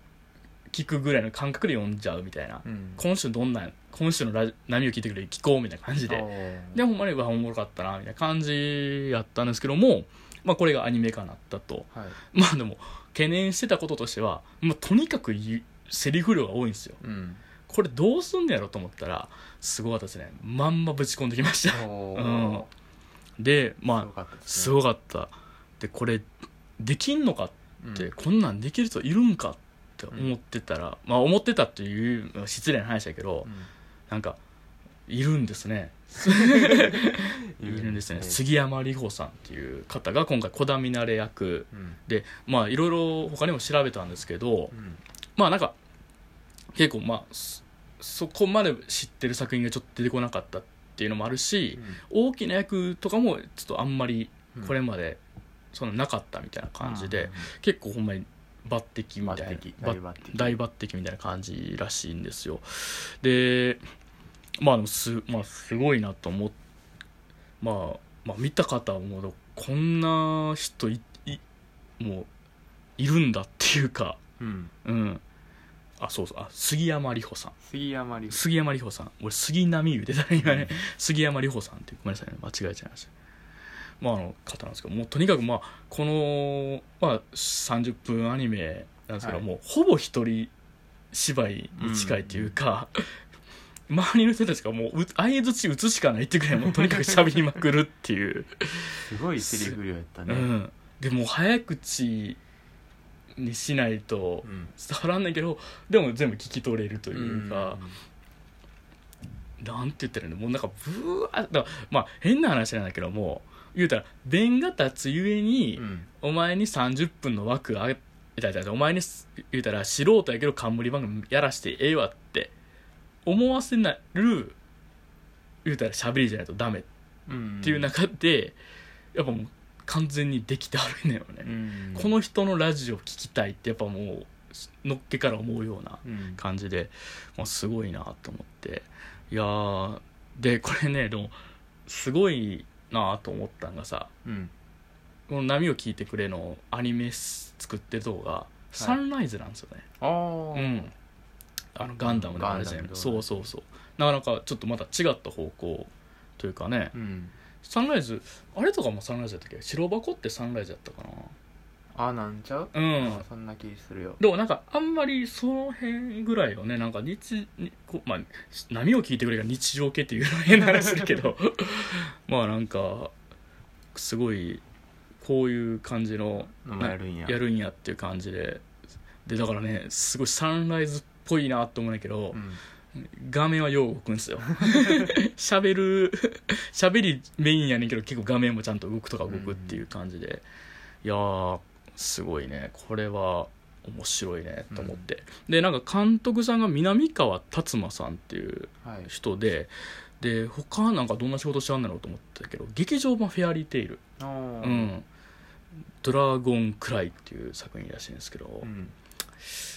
S1: 聞くぐらいの感覚で読んじゃうみたいな、
S2: うん
S1: 今週どんなん今週のラジ「波を聞いてくれ」聞こうみたいな感じでで
S2: で
S1: ほんまにうわおもろかったなみたいな感じやったんですけども、まあ、これがアニメ化なったと
S2: はい
S1: まあでも懸念してたこととしては、まあ、とにかく言うセリフ量が多いんですよ
S2: うん
S1: これどうすんのやろと思ったらすごかったですねまんまぶち込んできました
S2: お
S1: うん
S2: ー
S1: でます
S2: ごかった
S1: あすごかったで
S2: ですね
S1: これできんのかって、
S2: うん
S1: こんなんできる人いるんかって思ってたら、まあ思ってたっていうのは失礼な話だけど、なんかいるんですね
S2: うん
S1: いるんですね杉山里穂さんっていう方が今回小田ミナレ役
S2: うん
S1: でまあいろいろ他にも調べたんですけど
S2: うん
S1: まあなんか結構まあそそこまで知ってる作品がちょっと出てこなかったっていうのもあるし大きな役とかもちょっとあんまり
S2: うん
S1: これまでそのなかったみたいな感じで結構ほんまに抜擢みたいな
S2: 抜擢
S1: ば
S2: 大抜擢
S1: 大抜擢みたいな感じらしいんですよでまあでもす,、まあ、すごいなと思っ、まあ、まあ見た方はもうこんな人いいもういるんだっていうか
S2: うん
S1: うんあそうそうあ杉山里穂さん
S2: 杉山里
S1: 杉山里穂さん俺杉並言うてたね今ね杉山里穂さんっていうごめんなさいね間違えちゃいましたまああの方なんですけどもうとにかくまあこの、まあ、30分アニメなんですけど、
S2: はい
S1: もうほぼ一人芝居に近いというか、周りの人たちがもうう相づち打つしかないってぐらいもうとにかく喋りまくるっていう、
S2: すごいセリフ量やった
S1: う
S2: ね
S1: ん、でもう早口にしないと
S2: うん
S1: 伝わらんないけどでも全部聞き取れるというか、なんて言ったらいいのもうなんかブワーだからまあ変な話なんだけども言うたら弁が立つゆえに、
S2: うん
S1: お前に30分の枠あげたりお前にす言うたら素人やけど冠番組やらしてええわって思わせなる言うたら喋りじゃないとダメっ
S2: うん
S1: ていう中で、やっぱもう完全にできてあるんだよ
S2: う
S1: ね、
S2: ん
S1: この人のラジオ聞きたいってやっぱもうのっけから思うような
S2: うん
S1: 感じで、まあ、すごいなと思っていやーでこれねでもすごいなと思ったのがさ
S2: うん
S1: この「波を聞いてくれ」のアニメ作ってる動画サンライズなんですよね、
S2: ああ
S1: うんあのガンダムのあれじゃ
S2: ガンダム
S1: ん
S2: の
S1: そうそうそうなかなかちょっとまた違った方向というかね
S2: うん
S1: サンライズあれとかもサンライズだったっけ白箱ってサンライズだったか
S2: あなんちゃう
S1: なうん
S2: あそんな気するよ
S1: でもなんかあんまりその辺ぐらいをねなんか日にこうまあ波を聞いてくれが日常系っていうのは変な話だけど まあなんかすごいこういう感じの
S2: のもやるんや
S1: やるんやっていう感じででだからねすごいサンライズっぽいなと思うんだけど、
S2: うん
S1: 画面はよう動くんです よ喋る喋りメインやねんけど結構画面もちゃんと動くとか動くっていう感じで、いやーすごいねこれは面白いねと思って、でなんか監督さんが南川達馬さんっていう
S2: はい
S1: 人でで他なんかどんな仕事してはんだろうと思ってたけど劇場版「フェアリーテイル」
S2: あ
S1: うん
S2: ー
S1: ドラゴンクライ」っていう作品らしいんですけど、
S2: うん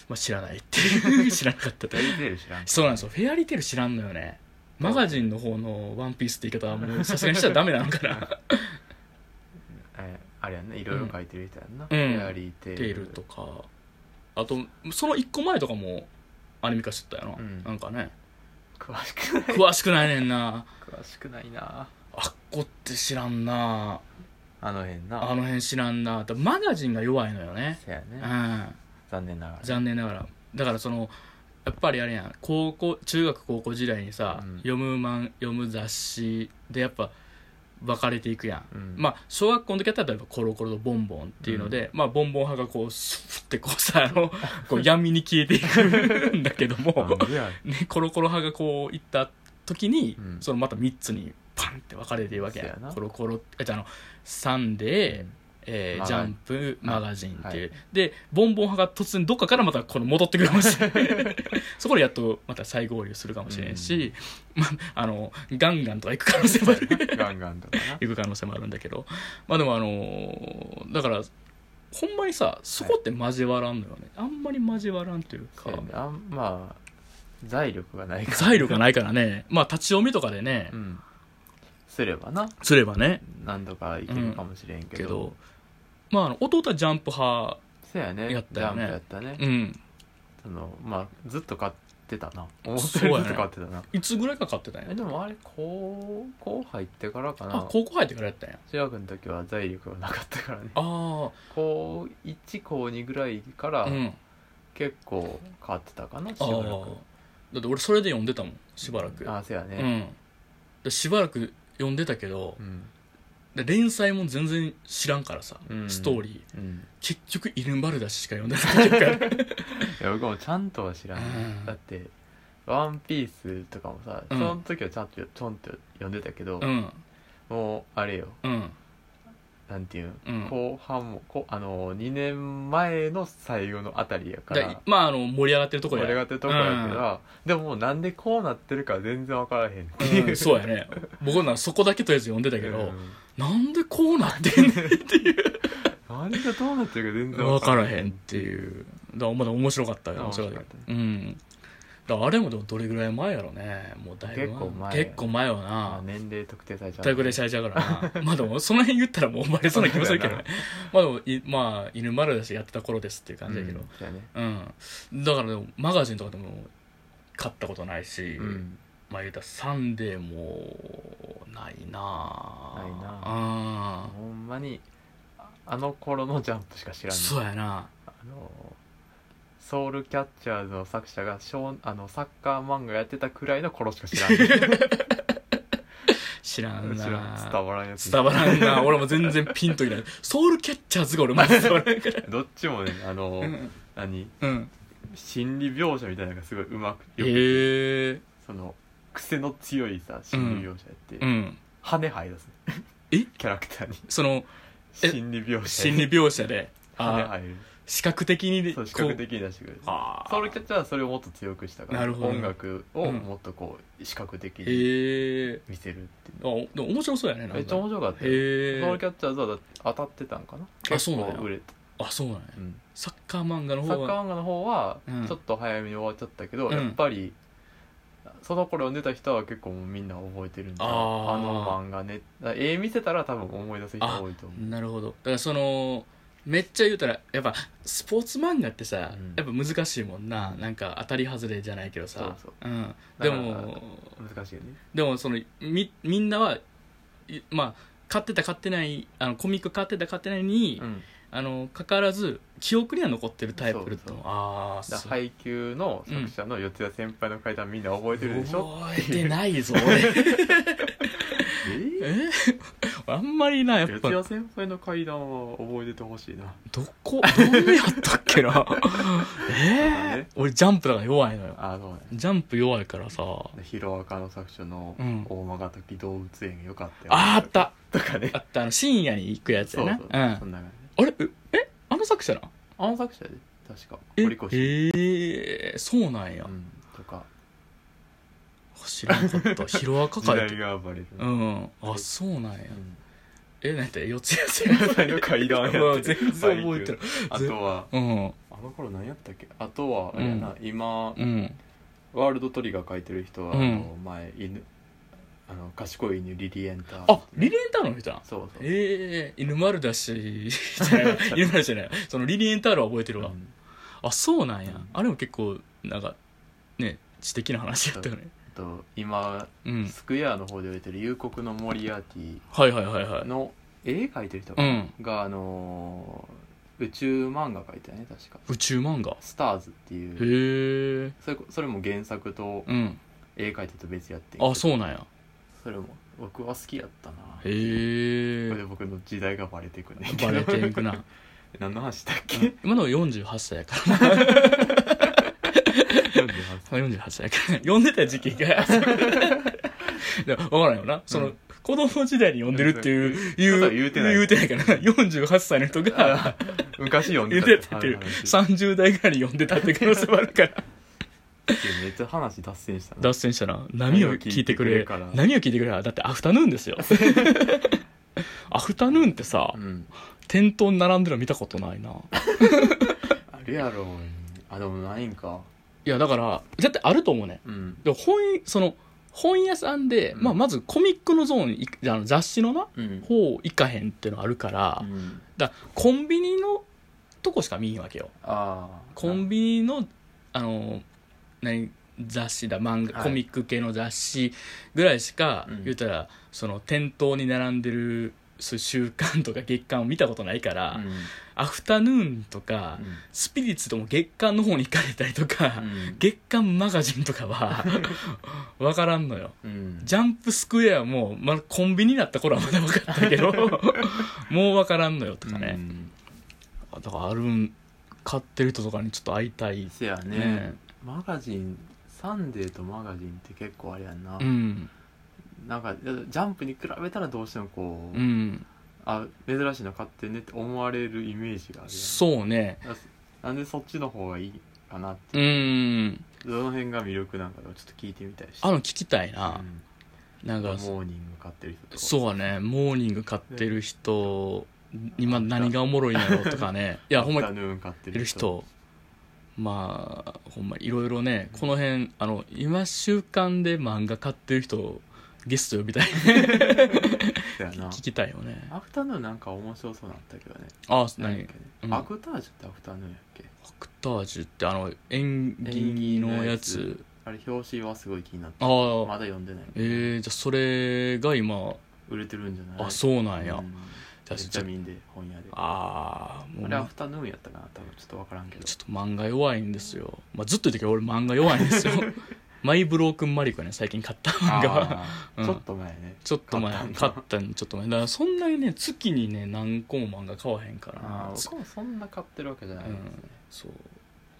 S1: まあ、知らないっていう 知らなかった
S2: 大リテール知らん
S1: そうなんですよフェアリーテール知らんのよねマガジンの方の「ワンピースって言い方はもうさすがにしたらダメなのか な
S2: えあれやんねいろいろ書いてる人やんな
S1: う
S2: フ
S1: ん
S2: ェアリーテ
S1: テ
S2: ー
S1: ー
S2: ル
S1: ルとかあとその1個前とかもアニメ化してたよな、
S2: うん
S1: なんかね
S2: 詳しくない
S1: 詳しくないねんな
S2: 詳しくないな
S1: あっこって知らんな
S2: あの辺な
S1: あの辺知らんなだマガジンが弱いのよね
S2: せや
S1: う
S2: ね
S1: ん
S2: 残念ながら
S1: 残念ながらだからそのやっぱりあれやん高校中学高校時代にさ、
S2: うん
S1: 読む漫読む雑誌でやっぱ分かれていくやん
S2: うん
S1: まあ、小学校の時は例えばコロコロとボンボンっていうので、まあ、ボンボン派がこうスッってこうさあ のこう闇に消えていくんだけども、
S2: なんでや
S1: ね、コロコロ派がこう行った時に、
S2: うん
S1: そのまた3つにパンって分かれてるわけ
S2: そ
S1: や
S2: うやな
S1: コロコロあじゃああのサンデー、
S2: うん
S1: えー
S2: マガ
S1: ジャンプマガジンっていう、
S2: は
S1: でボンボン派が突然どっかからまたこの戻ってくるかもしれ ないそこでやっとまた再合流するかもしれないし、まあのガンガンとか行く可能性もある
S2: ガンガンとかな
S1: 行く可能性もあるんだけどまあでもあのーだからほんまにさそこって交わらんのよね、あんまり交わらんというか
S2: そうやねあんまあ財力がないから
S1: 材料がないからねまあ立ち読みとかでね、
S2: うんすればな
S1: すればね
S2: 何度かいけるかもしれんけ
S1: け
S2: ど,、
S1: どまああの弟はジャンプ派
S2: そうやね
S1: やったよね
S2: ジャンプやったね、
S1: うん
S2: そのまあずっと買ってたな思って
S1: そうや
S2: るず
S1: ね
S2: っと買ってたな、
S1: いつぐらいか買ってたんや
S2: えでもあれ高校入ってからか
S1: あ
S2: な
S1: 高校入ってからやったんや
S2: 中学の時は財力がなかったからね
S1: あ
S2: 高1高2ぐらいか
S1: あ
S2: ら
S1: うん
S2: 結構買ってたかなし
S1: ああ
S2: ばらく
S1: だって俺それで読んでたもんしばらく
S2: あそうや
S1: う
S2: ね
S1: んでしばらく読んでたけど
S2: うん
S1: で連載も全然知らんからさ、
S2: うん
S1: ストーリー
S2: うん
S1: 結局イルンバルダシしか読んでないっていうか
S2: いや僕もちゃんとは知らない、
S1: うん
S2: だって「ワンピースとかもさ、
S1: うん
S2: その時はちゃんとちょんと読んでたけど、
S1: うん
S2: もうあれよ
S1: うん
S2: なんていうん、
S1: うん
S2: 後半もこあの2年前の最後のあたりやか
S1: で
S2: ら
S1: まああの盛り上がってるとこ
S2: こ
S1: や
S2: れがってとこやけど、でももうなんでこうなってるか全然分からへんって
S1: うん
S2: いう、
S1: うんそうやね僕ならそこだけとりあえず読んでたけど、
S2: うん
S1: なんでこうなってんねん
S2: なんでどうなってるか全然
S1: 分からへんっていうだからまだ面白かったよ面
S2: 面
S1: 白
S2: 白
S1: かっ
S2: かったた
S1: うんだからあれもでもどれぐらい前やろねもうだいぶ
S2: 結構前
S1: 結構前は
S2: あ
S1: な
S2: 年齢特定されちゃう
S1: 大学でされちゃうからなまあでもその辺言ったらもう生まれそうな気もするけどねまあでもいまあ犬丸だしやってた頃ですっていう感じだけど
S2: うんそうやね
S1: うん、だからでもマガジンとかでも買ったことないし、
S2: うん
S1: まあ言うたらサンデーもないな
S2: ないな
S1: あ
S2: ほんまにああの頃のジャンプしか知
S1: ー
S2: らん
S1: そうやな
S2: あのソウルキャッチャーズの作者が少あのサッカー漫画やってたくらいの頃しか知 らん
S1: 知らんな
S2: 知らん伝わらんやつ
S1: 伝わらん な俺も全然ピンといないソウルキャッチャーズが俺まず伝わらん から
S2: どっちもねあの、
S1: うん
S2: 何
S1: うん
S2: 心理描写みたいなのがすごいうまく
S1: へ
S2: よく
S1: え
S2: その癖の強いさ心理描写やって、
S1: うん
S2: 羽生え出すね
S1: え
S2: キャラクターに
S1: そのえ
S2: 心理描写
S1: 心理描写 で
S2: 羽
S1: あー
S2: 生える
S1: 視覚的に
S2: そう視覚的に出してくれる
S1: こうあ
S2: ソウルキャッチャーはそれをもっと強くしたか
S1: な
S2: ら
S1: るほど
S2: 音楽
S1: う
S2: を
S1: ん
S2: もっとこう視覚的に
S1: へえ
S2: 見せるっていう
S1: あでも面白そうやねなんか
S2: めっちゃ面白かった
S1: へ
S2: よソウル
S1: え
S2: キャッチャーズはだって当たってたんかな
S1: あそうなんや
S2: 結構売れて、
S1: あそうなんや
S2: うん
S1: サッカー漫画の
S2: サ
S1: 方
S2: ッカー
S1: は
S2: 漫画の方は
S1: うん
S2: ちょっと早めに終わっちゃったけど、
S1: うん
S2: やっぱりその頃読んでた人は結構もうみんな覚えてるんだ
S1: あー
S2: あの漫画ねだから絵見せたら多分思い出す人多いと思う
S1: なるほどだからそのめっちゃ言うたらやっぱスポーツ漫画ってさ、
S2: うん
S1: やっぱ難しいもんななんか当たり外れじゃないけどさ
S2: そう
S1: うん、
S2: だ
S1: で
S2: から
S1: も
S2: 難しいよね
S1: でもそのみみんなはいまあ買ってた買ってないあのコミック買ってた買ってないに、
S2: うん
S1: あのかかわらず記憶には残ってるタイプって
S2: そうそう
S1: ああ
S2: だ
S1: そ
S2: から配給の作者の四谷先輩の書いたみんな覚えてるでしょ、
S1: 覚えてないぞ 俺
S2: えー
S1: えあんまりなやっ
S2: 四
S1: ぱ
S2: 谷先輩の怪談は覚えててほしいな
S1: どこどんやったっけな
S2: だ
S1: えー
S2: ね、
S1: 俺ジャンプだから弱いのよ
S2: あそうね
S1: ジャンプ弱いからさ
S2: ヒロアカの作者の
S1: うん
S2: 大間が時動物園よかったよ、
S1: あーあった
S2: とかね
S1: あったあの深夜に行くやつやなうん
S2: そんな感じ
S1: あれええあの作者な
S2: あの作者やで確か
S1: え
S2: 堀越、
S1: えーそうなんや、
S2: うん、とか
S1: 知らんか ったヒロアカ
S2: 時
S1: かいて
S2: 代が暴れる、
S1: う
S2: うん
S1: んあそうなんや
S2: 四
S1: えなんて四谷先
S2: 谷の階段やって
S1: 輩全然覚えてる
S2: あとは
S1: うん
S2: あの頃何やったっけあとはあれやな、今
S1: うん
S2: ワールドトリガー書いてる人は、
S1: うん
S2: あの前犬あの賢い犬リリエンター
S1: あリリエンタールの人だ
S2: そうそう
S1: ええ犬丸だ しじゃない犬丸じゃないそのリリエンタールは覚えてるわ
S2: うん
S1: あそうなんや
S2: うん
S1: あれも結構なんかね知的な話やったよね
S2: あと今、
S1: うん
S2: スクエアの方で売れてる「幽谷のモリアーティ
S1: はいはいはい」はい
S2: の絵描いてる人
S1: う
S2: が、
S1: ん
S2: あのー宇宙漫画描いたよね確か
S1: 宇宙漫画
S2: 「スターズ」っていう
S1: へえ
S2: それこそれも原作と
S1: うん
S2: 絵描いてと別やってんけど
S1: あそうなんや
S2: それも僕は好きやったなこ
S1: へ
S2: れで
S1: え
S2: 僕の時代がバレていくねんけ
S1: バ
S2: ど
S1: レていくな
S2: 何の話だっけ
S1: 今の48歳や から
S2: 48
S1: まあ48歳やから 読んでた時期がでも分からんよなその、
S2: うん
S1: 子供時代に読んでるっていう、言う、
S2: 言うてない
S1: 言うてないから、48歳の人が、
S2: 昔読 ん
S1: 言
S2: で
S1: ったてたっていう、
S2: はいはい
S1: 30代ぐらいに読んでたって可能性もあるから。
S2: めっちゃ話脱線したな
S1: 脱線したら、波を聞いてくれ
S2: 波を聞いてくれから。
S1: 波を聞いてくれから。だってアフタヌーンですよ。 アフタヌーンってさ
S2: う、ん
S1: 店頭に並んでるの見たことないな。
S2: あるやろあでもないんか
S1: いや、だから、絶対あると思うね。
S2: うん
S1: で本、その、本屋さんで、
S2: うん
S1: まあ、まずコミックのゾーンにいあの雑誌のな、
S2: うん
S1: 方行かへんってのあるから、
S2: うん
S1: だからコンビニのとこしか見んわけよ。
S2: ああ
S1: コンビニの、あの、何、雑誌だ、漫画、
S2: はい
S1: コミック系の雑誌ぐらいしか、
S2: うん
S1: 言ったら、その、店頭に並んでる、そういう週刊とか月刊を見たことないから、
S2: うん
S1: アフタヌーンとか、
S2: うん
S1: スピリッツとも月刊の方に行かれたりとか、
S2: うん
S1: 月刊マガジンとかは 分からんのよ
S2: うん
S1: ジャンプスクエアも、まあ、コンビニだった頃はまだ分かったけ どもう分からんのよとか
S2: う
S1: ね、
S2: ん
S1: だからあるん買ってる人とかにちょっと会いたい
S2: せやね
S1: ね
S2: マガジンサンデーとマガジンって結構あれやんな、
S1: うん
S2: なんかジャンプに比べたらどうしてもこう、
S1: うん
S2: あ珍しいの買ってねって思われるイメージがある
S1: そうね
S2: やんなんでそっちの方がいいかなって
S1: うん
S2: どの辺が魅力なんかとかちょっと聞いてみたいし
S1: あの聞きたいな
S2: う、ん
S1: なんか
S2: モーニング買ってる人とか
S1: そうはねモーニング買ってる人、今何がおもろいんやろうとか ねいやほんまに
S2: アフタヌーン買って
S1: いる
S2: る人
S1: 人まあほんまいろいろねこの辺あの今週刊で漫画買ってる人をゲスト呼びたい
S2: そうやな
S1: 聞きたいよね
S2: アフタヌーンなんか面白そうなったけどね
S1: あ
S2: なん
S1: 何
S2: や
S1: ア
S2: っけね
S1: うん
S2: アクタージュってアフタヌーンやっけ
S1: クタージュってあの縁起のやつ
S2: あれ表紙はすごい気になって
S1: あ
S2: ま
S1: あ
S2: だ読んでないけど
S1: えー、じゃあそれが今
S2: 売れてるんじゃない
S1: あそうなんや、
S2: うん
S1: じゃあ
S2: ビ
S1: じゃ
S2: タミンで本屋であ
S1: ああーもう
S2: れアフタヌーンやったかな多分ちょっと分からんけど
S1: ちょっと漫画弱いんですよ、まあ、ずっと言ってたけど俺漫画弱いんです よマイブロークンマリコね最近買った漫画は
S2: あ
S1: う
S2: ー
S1: ん
S2: ちょっと前ね
S1: ちょっと前
S2: 買ったんだ
S1: 買ったんちょっと前だからそんなにね月にね何個も漫画買わへんから
S2: あ
S1: な
S2: あ僕もそんな買ってるわけじゃないですね
S1: そう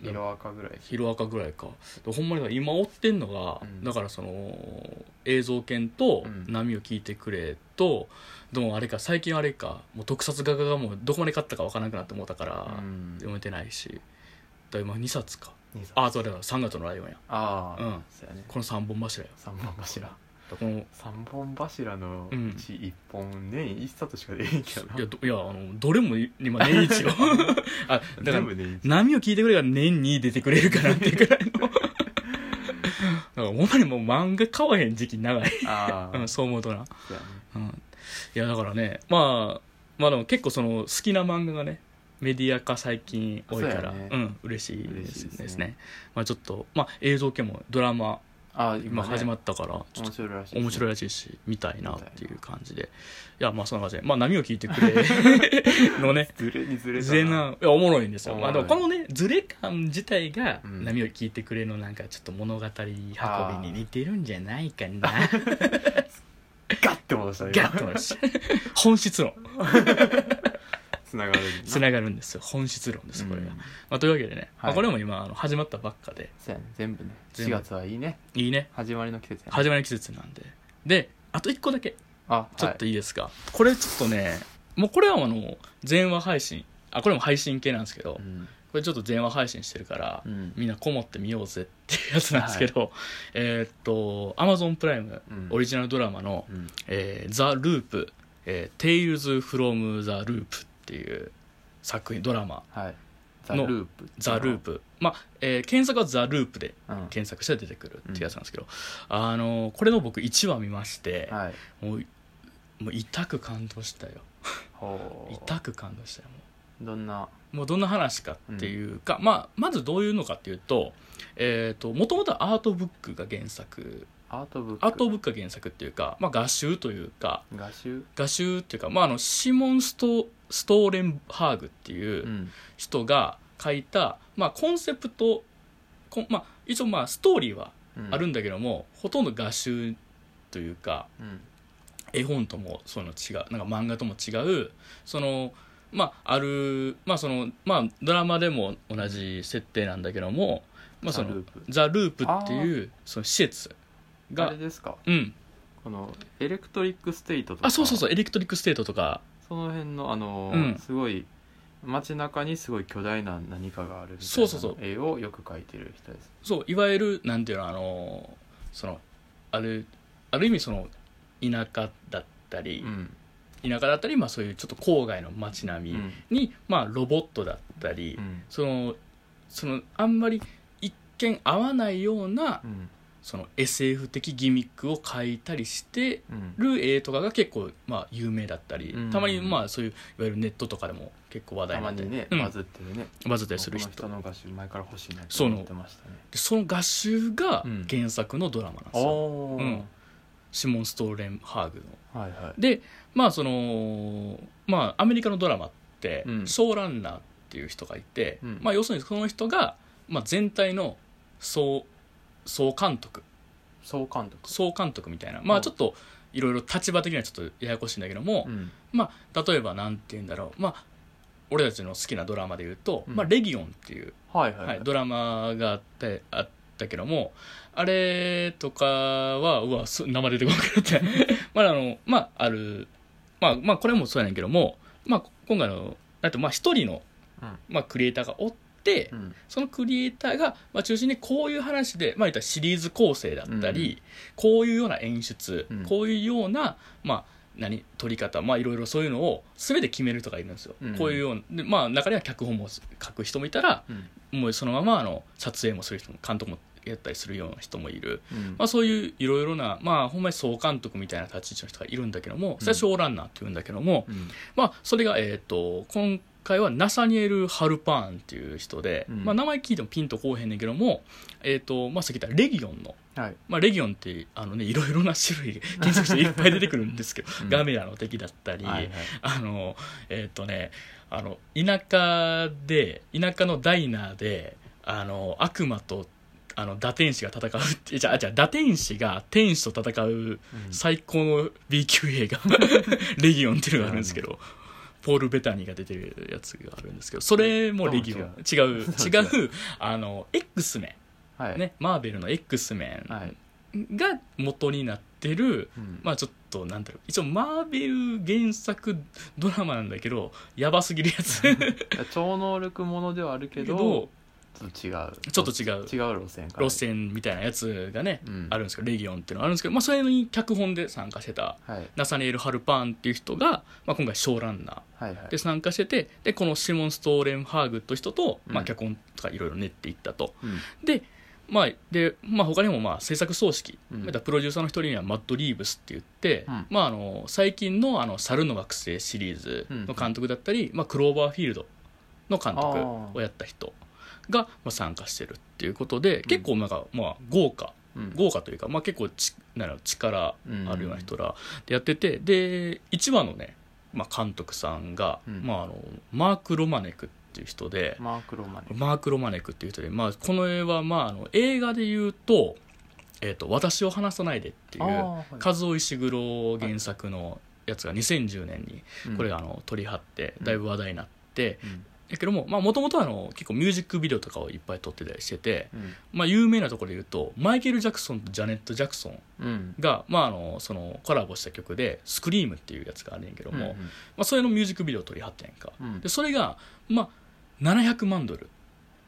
S2: 色赤ぐらい
S1: ヒロアカぐらいかでほんまにだから今追ってんのが、
S2: うん
S1: だからその映像犬と
S2: うん
S1: 波を聞いてくれと、でもあれか最近あれかもう特撮画家がもうどこまで買ったかわからなくなって思ったから、
S2: うん
S1: 読めてないしだから今2冊か
S2: 兄さん
S1: あそうだから3月のライオンや
S2: ああ
S1: うん
S2: そうやね
S1: この3本柱よ
S2: 三本柱
S1: だからこの
S2: 三本柱の
S1: うん
S2: うち一本年一冊しか出えんけどない
S1: やどいやあのどれも今年一 よあだから
S2: 全部年一
S1: 波を聞いてくれが年に出てくれるかなっていうくらいのだからほんまにもう漫画買わへん時期長い、
S2: ああ
S1: うん、そう思うとな、
S2: そうやね
S1: うん、いやだからねまあまあでも結構その好きな漫画がねメディア化最近多いから,、
S2: そううやね
S1: ん嬉しいです
S2: 嬉しい
S1: ね
S2: ですね
S1: まあ、ちょっと、まあ、映像系もドラマ
S2: ああ今
S1: 今始ま
S2: っ
S1: ったからちょっ
S2: 面
S1: と
S2: 白いらしい
S1: 面白い
S2: い
S1: らしいし見たいなっていう感じでいやまあそんな感じで、まあ、波を聞いてく れのね
S2: ずれにずれた
S1: ずれないやおもろいんですよ、
S2: おも
S1: まあ、
S2: ろい
S1: でもこのねずれ感自体が
S2: うん
S1: 波を聞いてくれのなんかちょっと物語運びに似てるんじゃないかな
S2: ガッて戻したね
S1: ガッと思いました 本質論
S2: つながる
S1: つながるんですよ本質論ですこれが、
S2: うん
S1: まあ、というわけでね、ま
S2: は
S1: あ、
S2: い
S1: これも今あの始まったばっかで
S2: そうやね全部ね
S1: 全
S2: 4
S1: 部
S2: 月はいいね
S1: いいね
S2: 始まりの季節やね
S1: 始まりの季節なんでであと1個だけ
S2: あ
S1: ちょっといいですか、これちょっとねもうこれはあの全話配信あこれも配信系なんですけど、
S2: はいうん
S1: これちょっと全話配信してるから、
S2: うん
S1: みんなこもってみようぜっていうやつなんですけど、えーっと Amazon プライム
S2: うん
S1: オリジナルドラマの
S2: うん
S1: 「えー、ザ・ループ」えー「Tales from the Loop」っていう作品ドラマ
S2: はいザ・
S1: の
S2: ループ
S1: 「ザ・ループ」まあ、えー検索は「ザ・ループ」で
S2: うん
S1: 検索して出てくるっていうやつなんですけど、あのこれの僕1話見まして、
S2: はい
S1: もうもう痛く感動したよ
S2: ほう
S1: 痛く感動したよもう
S2: どんな
S1: もうどんな話かっていうか、まあ、まずどういうのかっていうと,、えー、ともともとアートブックが原作
S2: アートブック
S1: アートブックが原作っていうか、まあ、画集というか
S2: 画集
S1: 画集っていうか、まあ、あのシモンスト・ストーレンハーグっていううん人が書いた、まあ、コンセプトこんまあ、一応まあストーリーは
S2: うん
S1: あるんだけども、ほとんど画集というか
S2: うん
S1: 絵本ともその違うなんか漫画とも違うそのまああるまあそのまあドラマでも同じ設定なんだけども、まあ、そ
S2: ザル
S1: の
S2: ープ
S1: ザ・ループっていうその施設
S2: あ
S1: が
S2: れですか
S1: うん
S2: このエレクトリック・ステイトとか
S1: あそうそうそうエレクトリック・ステートとか
S2: その辺のあの、
S1: うん
S2: すごい街中にすごい巨大な何かがあるみたいな
S1: そうそうそう
S2: 絵をよく描いてる人です
S1: そういわゆるなんていうのあのそのあるある意味その田舎だったり
S2: う、ん
S1: 田舎だったり、まあ、そういうちょっと郊外の街並
S2: う
S1: み
S2: ん
S1: に、まあ、ロボットだったり、
S2: うん
S1: そのそのあんまり一見合わないような
S2: うん
S1: その SF 的ギミックを描いたりして
S2: うん
S1: る絵とかが結構、まあ、有名だったり、
S2: うん
S1: たまにまあそういういわゆるネットとかでも結構話題にな
S2: た
S1: っ
S2: ま
S1: て
S2: にね、
S1: うん
S2: バズってるね
S1: バズったりする人
S2: この人の画集前から欲しいなって
S1: そう
S2: 思ってましたね
S1: でその合集が
S2: うん
S1: 原作のドラマなんですよ、
S2: おお、
S1: うんシモン・ストーレンハーグの。
S2: はいはい
S1: でまあそのまあアメリカのドラマって
S2: うん
S1: ショーランナーっていう人がいて、
S2: うん
S1: まあ、要するにその人が、まあ、全体の総総監督
S2: 総監督
S1: 総監督みたいなま
S2: う
S1: あ
S2: ん
S1: ちょっといろいろ立場的にはちょっとややこしいんだけども、
S2: うん
S1: まあ例えばなんて言うんだろうまあ俺たちの好きなドラマで言うと「
S2: うん
S1: まあ、レギオン」っていう、
S2: はいはい、
S1: は、
S2: はいい、
S1: ドラマがあってあったけどもあれとかはうわす名前出てこなくなって まああのまああるまあまあこれもそうやねんけども、まあ、今回のだってまあ一人の、
S2: うん
S1: まあ、クリエイターがおって、
S2: うん
S1: そのクリエイターが、まあ、中心にこういう話で、まあ、言ったらシリーズ構成だったり、こういうような演出、
S2: うん
S1: こういうような、まあ、何撮り方、まあ、いろいろそういうのを全て決める人がいるんですよ、
S2: うん
S1: こういうようなで、まあ、中には脚本も書く人もいたら
S2: うん
S1: もうそのままあの撮影もする人も監督もやったりするような人もいる、
S2: うん
S1: まあ、そういういろいろな、まあ、ほんまに総監督みたいな立ち位置の人がいるんだけどもそれはショーランナーっていうんだけども、
S2: うん
S1: まあ、それが、えー、と今回はナサニエル・ハルパーンっていう人で、
S2: うん
S1: まあ、名前聞いてもピンとこうへんねんけども、えーとまあ、さっき言ったレギオンの、
S2: はい
S1: まあ、レギオンってあの、ね、いろいろな種類検索していっぱい出てくるんですけど、
S2: うん
S1: ガメラの敵だったり、
S2: はいはい
S1: あのえっ、とねあの田舎で田舎のダイナーであの悪魔とあの堕天使が戦うってじゃあじゃあ堕天使が天使と戦う
S2: うん
S1: 最高の B 級映画「レギオン」っていうのがあるんですけど、ポール・ベタニーが出てるやつがあるんですけどそれも「レギオン」違う違う
S2: 違
S1: あの X メ
S2: はい、
S1: ン、ね、マーベルの X メ
S2: はい、
S1: ンが元になってる、
S2: うん
S1: まあちょっとなんだろう一応マーベル原作ドラマなんだけどやばすぎるやつ
S2: 超能力ものではあるけ
S1: け
S2: ど
S1: ど
S2: ちょっと違う
S1: ちょっと違う
S2: 違う路線から
S1: 路線みたいなやつがね、
S2: うん
S1: あるんですけど「レギオン」っていうのがあるんですけど、まあ、それに脚本で参加してた
S2: はい
S1: ナサネエル・ハルパーンっていう人が、まあ、今回ショーランナー
S2: はいはい
S1: で参加しててでこのシモン・ストーレンハーグという人と、まあ、
S2: うん
S1: 脚本とかいろいろ練っていったと、
S2: うん
S1: で,、まあでまあ、他にもまあ制作葬式、
S2: うん
S1: またプロデューサーの一人にはマッド・リーブスって言って、
S2: うん
S1: まあ、あの最近の「あの猿の惑星」シリーズの監督だったり、まあ、クローバーフィールドの監督をやった人が、まあ、参加してるっていうことで結構なんか、まあ、豪華
S2: うん
S1: 豪華というか、まあ、結構ちなんだろう力あるような人らでやってて、で1話のね、まあ、監督さんが、
S2: うん
S1: まあ、あのマーク・ロマネクっていう人で、
S2: マーク・ロマネ
S1: マーク・ロマネクっていう人で、まあ、この絵は、まあ、あの映画で言うと「えー、と私を離さないで」ってい
S2: あー
S1: う
S2: はい
S1: 数尾石黒原作のやつが2010年に
S2: うん
S1: これがあの取り張ってだいぶ話題になって。
S2: うん
S1: やけどももともと結構ミュージックビデオとかをいっぱい撮ってたりしてて、
S2: うん
S1: まあ、有名なところで言うとマイケル・ジャクソンとジャネット・ジャクソン
S2: うん
S1: が、まあ、あのそのコラボした曲で「スクリームっていうやつがあるんやけども、
S2: うんうん
S1: まあ、それのミュージックビデオを撮りはってんやんか、
S2: うん
S1: でそれが、まあ、700万ドル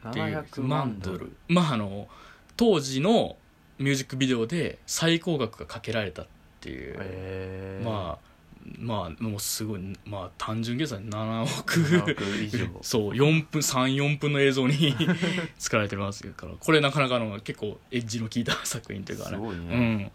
S1: っていう
S2: 700万ドル
S1: まああの当時のミュージックビデオで最高額がかけられたっていう、
S2: ええ
S1: まあまあもうすごい、まあ、単純計算で7
S2: 7
S1: 億
S2: 億 以上
S1: そう4分34分の映像に 使われてますからこれなかなかの結構エッジの効いた作品というかね
S2: すごいね
S1: うん、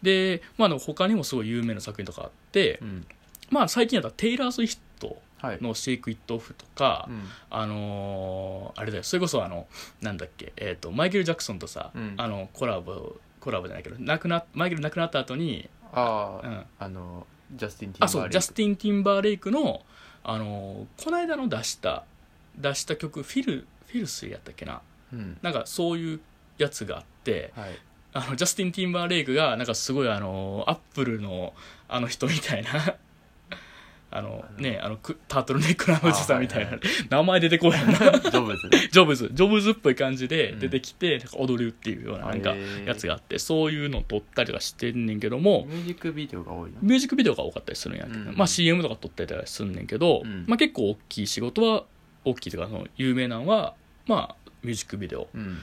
S1: で、まあ、あの他にもすごい有名な作品とかあって、
S2: うん
S1: まあ、最近やったらテイラー・スウィフト
S2: はい
S1: の「シェイク・イット・オフ」とか、
S2: うん
S1: あのーあれだよそれこそあのなんだっけ、えー、とマイケル・ジャクソンとさ、
S2: うん
S1: あのコラボコラボじゃないけど亡くなマイケル亡くなった後に、
S2: あ
S1: う
S2: あ
S1: ん、
S2: あのジャスティン・ティ
S1: あ
S2: ンバーレイク
S1: そうジャスティン・ティンバーレイクの、あのーこの間の出した出した曲フィルフィルスやったっけな
S2: うん
S1: なんかそういうやつがあって
S2: はい
S1: あのジャスティン・ティンバーレイクがなんかすごいあのアップルのあの人みたいな あの
S2: あの
S1: ねあのくタートルネックのあのおじさんみたいな、
S2: あはい
S1: 名前出てこへんな
S2: ジョブズね
S1: ジョブズジョブズっぽい感じで出てきて、なんか踊るっていうようななんか
S2: へー
S1: やつがあってそういうの撮ったりとかしてんねんけども
S2: ミュージックビデオが多いな
S1: ミュージックビデオが多かったりするんやけど、
S2: うん
S1: まあ、CM とか撮ってたりすんねんけど、
S2: うん
S1: まあ、結構大きい仕事は大きいというかあの有名なのは、まあ、ミュージックビデオ
S2: うん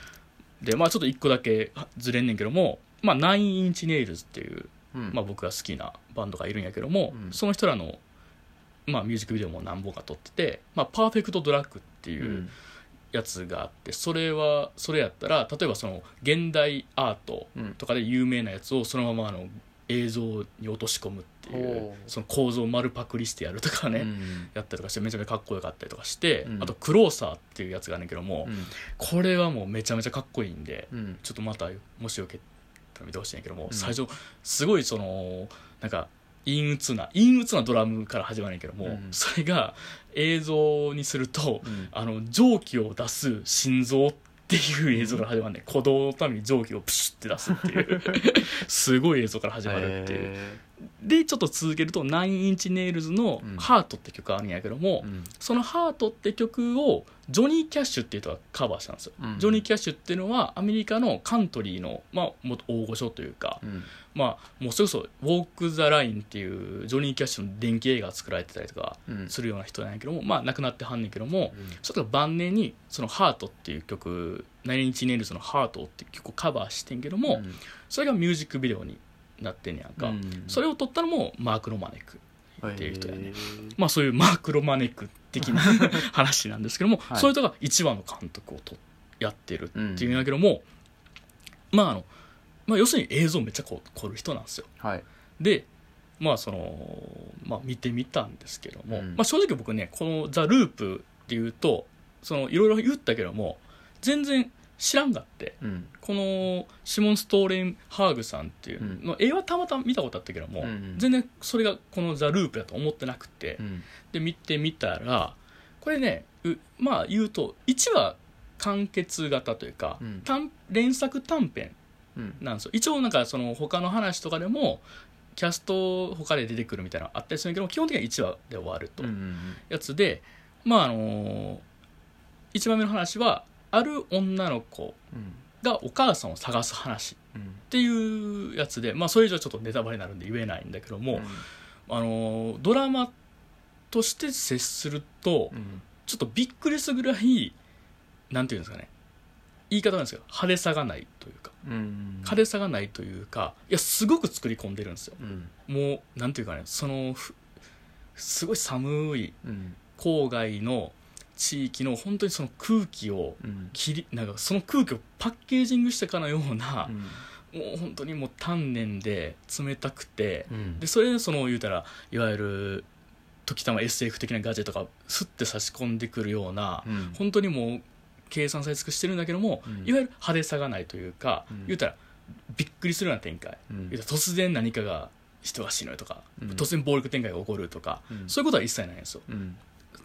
S1: で、まあ、ちょっと1個だけずれんねんけども、まあ、9インチネイルズっていう、
S2: うん
S1: まあ、僕が好きなバンドがいるんやけども、
S2: うん
S1: その人らの、まあ、ミュージックビデオも何本か撮ってて「まあ、パーフェクトドラッグ」って
S2: う
S1: いうんやつがあってそれはそれやったら例えばその現代アート
S2: うん
S1: とかで有名なやつをそのままあの映像に落とし込むっていう
S2: ほう
S1: その構造を丸パクリしてやるとかね、
S2: うん
S1: やったりとかしてめちゃめちゃかっこよかったりとかして、
S2: うん
S1: あと「クローサー」っていうやつがあるんだけども、
S2: うん
S1: これはもうめちゃめちゃかっこいいんで
S2: うん
S1: ちょっとまたもしよけたら見てほしいんやけども、
S2: うん
S1: 最初すごいそのなんか陰鬱な陰鬱なドラムから始まるんやけども、
S2: うん
S1: それが映像にすると
S2: うん
S1: あの蒸気を出す心臓っていう映像から始まるね鼓動のために蒸気をプシュって出すっていう すごい映像から始まるっていう、
S2: へ
S1: でちょっと続けると9インチネイルズの
S2: う
S1: 「
S2: ん
S1: ハートって曲あるんやけども、
S2: ーうん
S1: その「ハートって曲をジョニー・キャッシュっていう人がカバーしたんですよ、
S2: うん
S1: ジョニー・キャッシュっていうのはアメリカのカントリーの、まあ、もっと大御所というか、
S2: うん
S1: まあ、もうそれこそ「ウォーク・ザ・ライン」っていうジョニー・キャッシュの電気映画が作られてたりとか
S2: うん
S1: するような人なんやけども、まあ、亡くなってはんねんけども、
S2: うん
S1: ちょっと晩年にその「ハートっていう曲「ナインチネイルズの「ハートっていう曲をカバーしてんけども、
S2: うん
S1: それがミュージックビデオになってんねやんか、
S2: うん
S1: それを撮ったのもマーク・ロマネック
S2: って
S1: いう人やね
S2: ね
S1: まあそういうマーク・ロマネック的 な話なんですけども、
S2: はい
S1: それとが1話の監督をとやってるっていうんだけども、まああの、まあ、要するに映像めっちゃこう凝る人なんですよ
S2: はい
S1: でまあその、まあ、見てみたんですけども、
S2: うん
S1: まあ、正直僕ねこの「ザ・ループ」っていうとそのいろいろ言ったけども全然知らんがって
S2: うん
S1: このシモン・ストーレンハーグさんっていうの、絵はたまたま見たことあったけども、
S2: うんうん
S1: 全然それがこの「ザ・ループ」だと思ってなくて、
S2: うん
S1: で見てみたらこれねうまあ言うと1話完結型というか、
S2: うん
S1: 短連作短編
S2: うん
S1: なんですよ一応なんかその他の話とかでもキャスト他で出てくるみたいなのあったりするんやけど基本的には1話で終わると
S2: うんうん
S1: やつで、まああの1番目の話はある女の子
S2: うん
S1: がお母さんを探す話
S2: うん
S1: っていうやつで、まあ、それ以上ちょっとネタバレになるんで言えないんだけども、あのドラマとして接すると、
S2: うん
S1: ちょっとびっくりするぐらいなんていうんですかね言い方なんですけど派手さがないというか
S2: うん
S1: 派手さがないというかいやすごく作り込んでるんですよ
S2: うん
S1: もうなんていうかねそのふすごい寒い
S2: うん
S1: 郊外の地域の本当にその空気を
S2: うん
S1: 切りなんかその空気をパッケージングしたかのような
S2: う、ん
S1: もう本当にもう丹念で冷たくて、
S2: うん
S1: でそれでその言うたらいわゆる時たま SF 的なガジェットがスッて差し込んでくるような、
S2: うん
S1: 本当にもう計算され尽くしてるんだけども、
S2: うん
S1: いわゆる派手さがないというか、
S2: うん
S1: 言うたらびっくりするような展開、
S2: うん
S1: 言うたら突然何かが人が死ぬとか、
S2: うん
S1: 突然暴力展開が起こるとか、
S2: うん
S1: そういうことは一切ないんですよ
S2: うん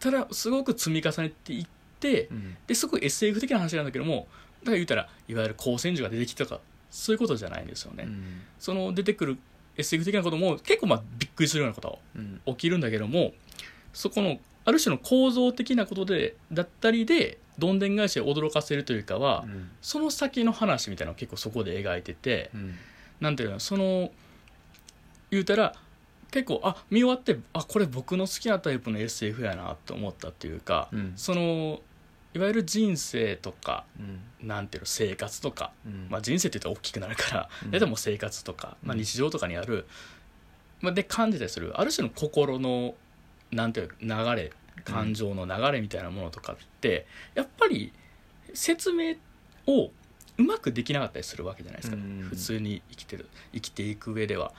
S1: ただすごく積み重ねていって、
S2: うん
S1: ですごく SF 的な話なんだけどもだから言うたらいわゆる光線銃が出てきたとかそういうことじゃないんですよね、
S2: うん
S1: その出てくる SF 的なことも結構まあびっくりするようなことは
S2: うん
S1: 起きるんだけどもそこのある種の構造的なことでだったりでどんでん返しを驚かせるというかは、
S2: うん
S1: その先の話みたいなのを結構そこで描いてて、
S2: うん
S1: なんていうのその言うたら結構あ見終わってあこれ僕の好きなタイプの SF やなと思ったっていうか、
S2: うん
S1: そのいわゆる人生とか
S2: うん
S1: なんていうの生活とか
S2: うん
S1: まあ、人生って言ったら大きくなるから、
S2: うん
S1: でもう生活とか、まあ、
S2: うん
S1: 日常とかにある、まあ、で感じたりするある種の心のなんていうか流れ感情の流れみたいなものとかって、やっぱり説明をうまくできなかったりするわけじゃないですか、
S2: うん
S1: 普通に生きてる生きていく上では。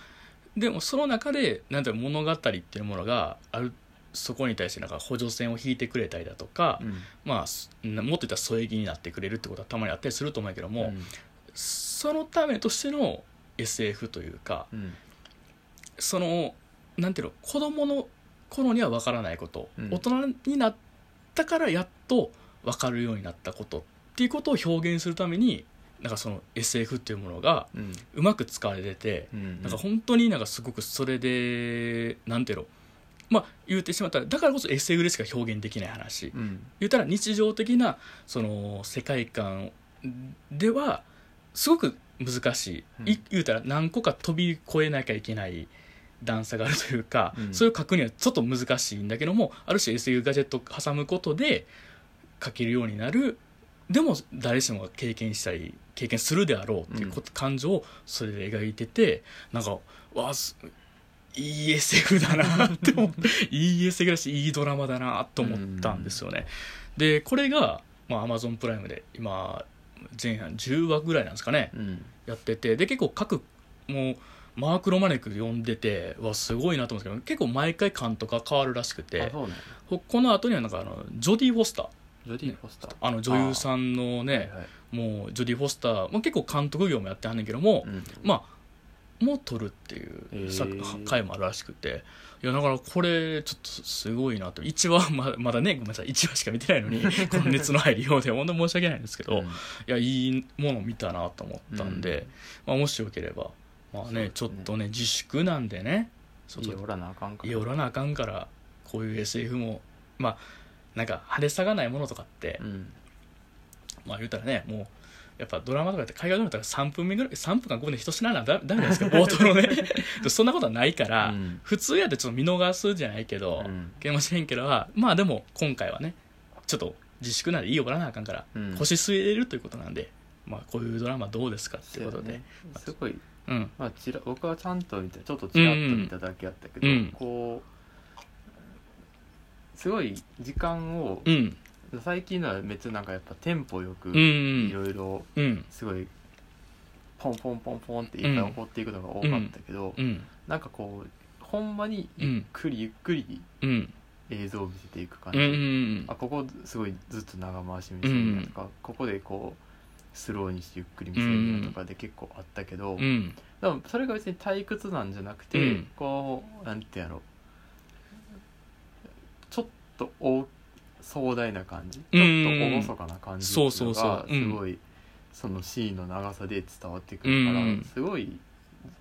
S1: でもその中でなんていうの物語っていうものがあるそこに対してなんか補助線を引いてくれたりだとか、
S2: うん
S1: まあすもっと言ったら添え木になってくれるってことはたまにあったりすると思うけども、
S2: うん
S1: そのためとしての SF というか
S2: うん
S1: そのなんていうの子供の頃には分からないこと、
S2: うん
S1: 大人になったからやっと分かるようになったことっていうことを表現するためになんかその SF っていうものが
S2: うん
S1: うまく使われてて、
S2: うん
S1: なんか本当になんかすごくそれでなんていうのまあ言うてしまったらだからこそ SF でしか表現できない話、
S2: うん
S1: 言ったら日常的なその世界観ではすごく難しい,い、
S2: うん
S1: 言うたら何個か飛び越えなきゃいけない段差があるというか、
S2: うん
S1: それを書くにはちょっと難しいんだけどもある種 SU ガジェットを挟むことで書けるようになるでも誰しもが経験したり経験するであろうっていうこ感情をそれで描いててなんかわあすいい SF だなって思っていい SF だしいいドラマだなと思ったんですよね。でこれが、まあ、Amazon プライムで今前半10話ぐらいなんですかね
S2: うん
S1: やっててで結構各もうマーク・ロマネク読んでてわすごいなと思うんですけど結構毎回監督が変わるらしく
S2: あ
S1: て
S2: そうね
S1: ここの後にはなんかあのジョディ・フォスター
S2: ジョディ・フォスター
S1: あの女優さんの
S2: はい
S1: ね
S2: はい
S1: もうジョディ・フォスター、まあ、結構監督業もやってはんねんけども、
S2: うん
S1: まあもう撮るってい
S2: へ
S1: う
S2: ー
S1: 作回もあるらしくていやだからこれちょっとすごいなと1話ままだねごめんなさい1話しか見て ないのにこの熱の入りようで本当申し訳ないんですけど、
S2: うん
S1: いやいいもの見たなと思ったんで、まあ、もしよければ、まあ
S2: そうです
S1: ね
S2: ね
S1: ちょっとね自粛なんでねそうそう
S2: いいおらなあかんか
S1: いやおらなあかんからこういう SF もまあなんか派手さがないものとかって、
S2: うん
S1: まあ言うたらねもうやっぱドラマとかって海外ドラマとか3分目ぐらい3分か5分で人死ななだダメなんですか冒頭の ねでそんなことはないから、
S2: うん
S1: 普通やでちょっと見逃すじゃないけど、
S2: うん
S1: けませんけどはまあでも今回はねちょっと自粛なんでいいよおらなあかんから、
S2: うん
S1: 腰据えれるということなんで、まあ、こういうドラマどうですかって
S2: そう
S1: いう
S2: や
S1: ことで、
S2: ねすごい
S1: うん
S2: まあ、ちら僕はちゃんと見たちょっとちらっと見ただけやったけど、
S1: うんうん
S2: こうすごい時間を、
S1: うん
S2: 最近のはめっちゃなんかやっぱテンポよく
S1: うんう
S2: い
S1: ん
S2: ろいろ
S1: うん
S2: すごいポンポンポンポンっていっぱい起こっていくのが多かったけど、
S1: うん
S2: なんかこうほんまにゆっくりゆっくり
S1: うん
S2: 映像を見せていく感
S1: う
S2: じ、
S1: んうん
S2: あここすごいずっと長回し見せるなとか、ここでこうスローにしてゆっくり見せるなとかで結構あったけど、
S1: うん
S2: でもそれが別に退屈なんじゃなくて、
S1: うん
S2: こうなんてやろうちょっと大壮大な感じちょっと厳かな感じってい
S1: そうそう
S2: の
S1: そう
S2: が
S1: うん
S2: すごいそのシーンの長さで伝わってくるから、
S1: うん
S2: すごい